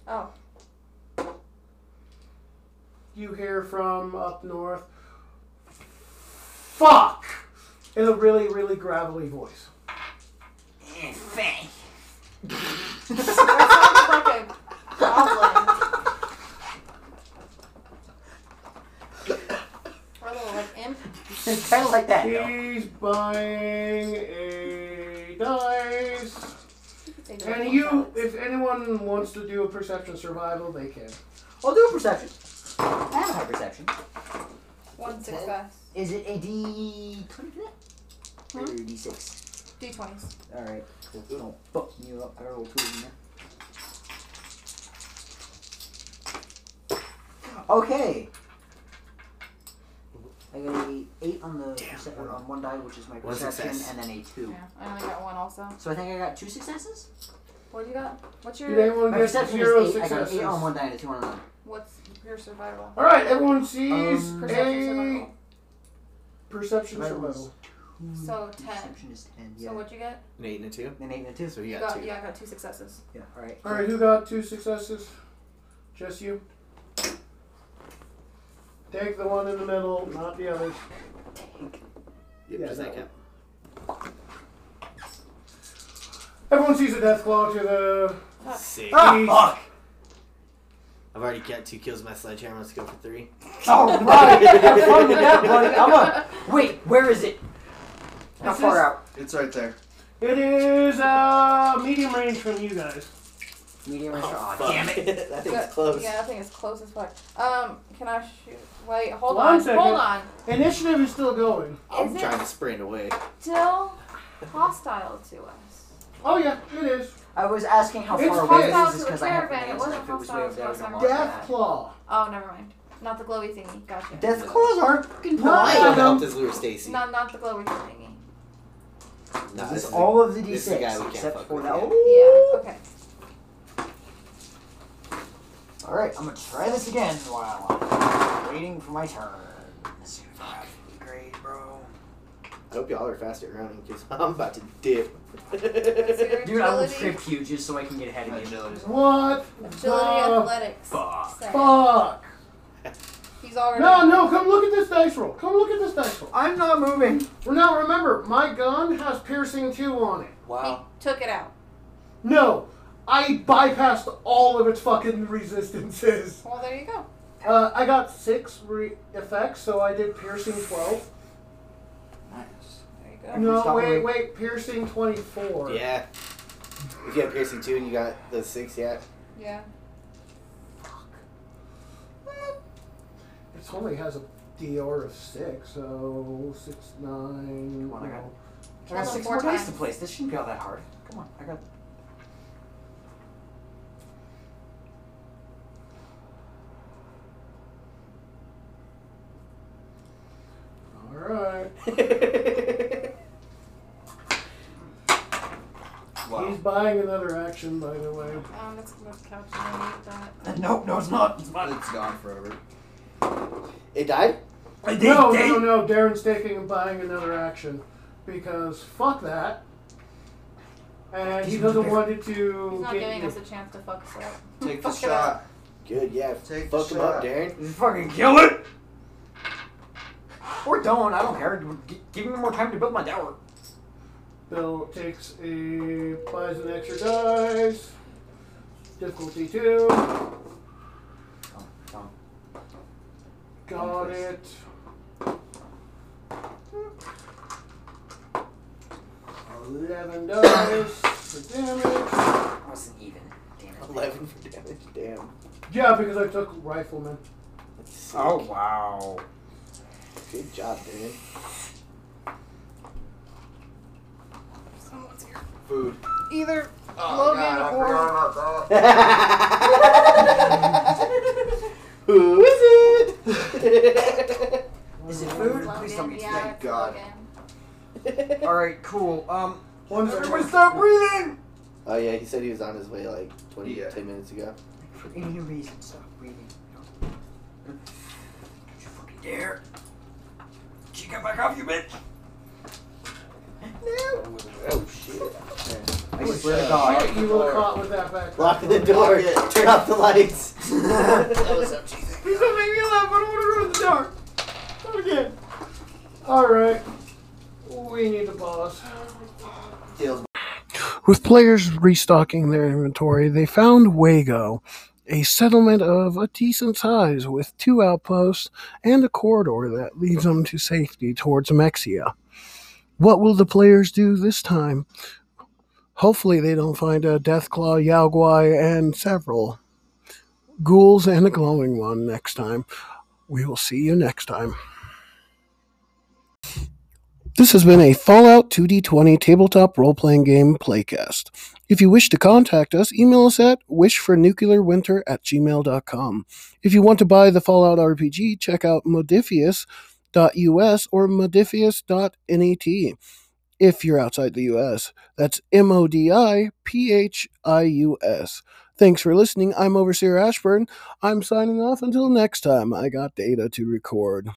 E: Oh,
A: You hear from up north. Fuck! In a really, really gravelly voice.
B: Eh, fang.
E: that sounded like a goblin. Or a little like imp.
B: It's kind of like that. though.
A: He's buying a dice.
E: You could say the
A: And
E: little
A: you,
E: Alex.
A: if anyone wants to do a perception survival, they can.
B: I'll do a perception. I have a high perception.
E: One success.
B: Is it a D20 for that?
E: Hmm?
B: Or a D6?
E: D20s.
B: Alright, cool. Don't fuck me up. I rolled two of them now. Okay. I got a 8 on the perce- or on one die, which is my
F: One
B: perception,
F: success.
B: and then a 2.
E: Yeah, I only got one also.
B: So I think I got two successes?
E: What do you got? What's
A: Did
E: your
A: anyone
B: My
A: get
B: perception
A: zero
B: is 8. I got an
A: successes?
B: 8 on one die and a 2 on another.
E: what's your survival?
A: All right, everyone sees
B: Um,
E: Perception
A: a
E: survival.
A: perception
B: Survival is
A: survival.
B: two.
E: So 10.
B: Perception is 10, yeah.
E: So what'd you get?
F: An 8 and a 2.
B: Then 8 and a 2.
F: So he
E: You
F: got,
E: got,
F: 2.
E: yeah, I got two successes.
B: Yeah, alright.
A: All right, who got two successes? Just you. Take the one in the middle, not the others.
F: Yep,
A: Yeah,
F: does
A: that
F: that count?
A: Everyone sees a death claw to the
F: Sick.
A: Ah, fuck.
F: I've already got two kills with my sledgehammer. Let's go for three.
B: Alright! Have fun with that, buddy. I'm on. Wait, where is it? Not
A: This
B: far
A: is-
B: out.
C: It's right there.
A: It is uh, medium range from you guys.
B: Medium or Oh, strong.
F: fuck.
B: damn it.
F: that thing's close.
E: Yeah, that thing is close as fuck. Um, can I shoot? Wait, hold
A: One
E: on.
A: second.
E: Hold on.
A: Initiative is still going.
F: I'm
E: Is it-
F: trying to sprint away.
E: Still hostile to us.
A: Oh yeah, it is.
B: I was asking how
A: It's
B: far away
A: hostile
B: this is
E: to
B: because
E: the
B: I have
E: caravan, it
B: grenades, and
E: wasn't
B: if it was way
E: hostile
B: over there, I
E: to
B: was
E: us,
B: gonna
E: I'm
B: launch
A: Death
B: that.
A: claw.
E: Oh, never mind. Not the glowy thingy. Gotcha.
B: Death claws are fucking
A: Not Adam.
F: I would
B: polite.
F: have helped as we were Stacy.
E: Not not the glowy thingy.
F: No,
B: This is
F: the-
B: all of the
F: this is the guy
B: d6
F: we can't
B: except
F: fuck
B: for
F: with
B: that.
F: yet.
B: one.
E: Yeah. Okay.
B: All right, I'm gonna try this again while I'm waiting for my turn. This is gonna fucking be great, bro.
F: I hope y'all are faster rounding because I'm about to dip.
E: Zero
B: Dude, I will
E: agility.
B: trip you just so I can get ahead of you.
A: What?
E: Agility,
A: the
E: athletics.
B: Fuck.
E: Sad.
A: fuck?
E: He's already.
A: No, no. Come look at this dice roll. Come look at this dice roll.
B: I'm not moving.
A: Well, now remember, my gun has piercing two on it.
B: Wow.
E: He took it out.
A: No, I bypassed all of its fucking resistances.
E: Well, there you go.
A: Uh, I got six re- effects, so I did piercing twelve.
B: Nice.
E: There you go.
A: No,
B: Stop
A: wait,
B: moving.
A: wait, piercing twenty-four.
F: Yeah. If you have piercing two and you got the six, yeah.
E: Yeah.
A: It only has a DR of six, so six, nine.
B: Come on, I got
A: no.
B: I got
E: Roll
B: six
E: four
B: more dice to
E: times.
B: place. This shouldn't be all that hard. Come on, I got.
A: All right. He's buying another action, by the way.
E: Um, that's that's couch. I need that.
B: Nope, no, it's not. It's not.
C: It's gone forever.
F: it died?
B: I did,
A: No,
B: did.
A: no, no. Darren's taking and buying another action because fuck that. And he
B: He's
A: doesn't
B: prepared.
A: want it to
E: He's not
A: get
E: giving
A: you.
E: us a chance to fuck us up.
C: Take the
E: Fuck it up.
C: shot.
F: Good, yeah.
C: Take the
F: Fuck him up,
C: shot.
F: Darren.
B: Just fucking kill it. Or don't. I don't care. G- give me more time to build my tower.
A: Bill takes a buys an extra dice. Difficulty two.
B: Oh, come.
A: Got it. Eleven dice for damage.
B: That wasn't even. Damn it.
F: 11 for damage. Damn.
A: Yeah, because I took rifleman.
F: That's sick.
B: Oh wow.
F: Good job, Darren.
E: Someone's here.
C: Food.
E: Either
C: Oh,
E: Logan
C: God, I forgot about
E: or.
C: that.
F: Who is it?
B: Is it food?
E: Logan.
B: Please tell me it's
E: yeah,
C: thank
E: it's
C: God.
E: Logan.
B: All right, cool. Um,
A: One's
B: everybody stop breathing.
F: oh, yeah, he said he was on his way like 20,
C: Yeah.
F: 10 minutes ago.
B: For any reason, stop breathing. Don't you fucking dare. She got back off you, bitch. No.
F: Oh, shit.
B: I swear to
C: shut
B: God.
C: up.
A: You will have caught with that back.
F: Lock the door.
C: it.
F: Turn off the lights.
C: That was up to you.
B: Please don't make me laugh. I don't want to ruin the dark.
A: Not again. All right. We need to pause.
C: Deals.
G: With players restocking their inventory, they found Wago, a settlement of a decent size with two outposts and a corridor that leads them to safety towards Mexia. What will the players do this time? Hopefully, they don't find a Deathclaw, Yaogwai, and several ghouls and a glowing one next time. We will see you next time. This has been a Fallout 2D20 tabletop role playing game playcast. If you wish to contact us, email us at wishfornuclearwinter at gmail.com. If you want to buy the Fallout RPG, check out modifius.us or modifius.net. E If you're outside the US, that's M O D I P H I U S. Thanks for listening. I'm Overseer Ashburn. I'm signing off until next time. I got data to record.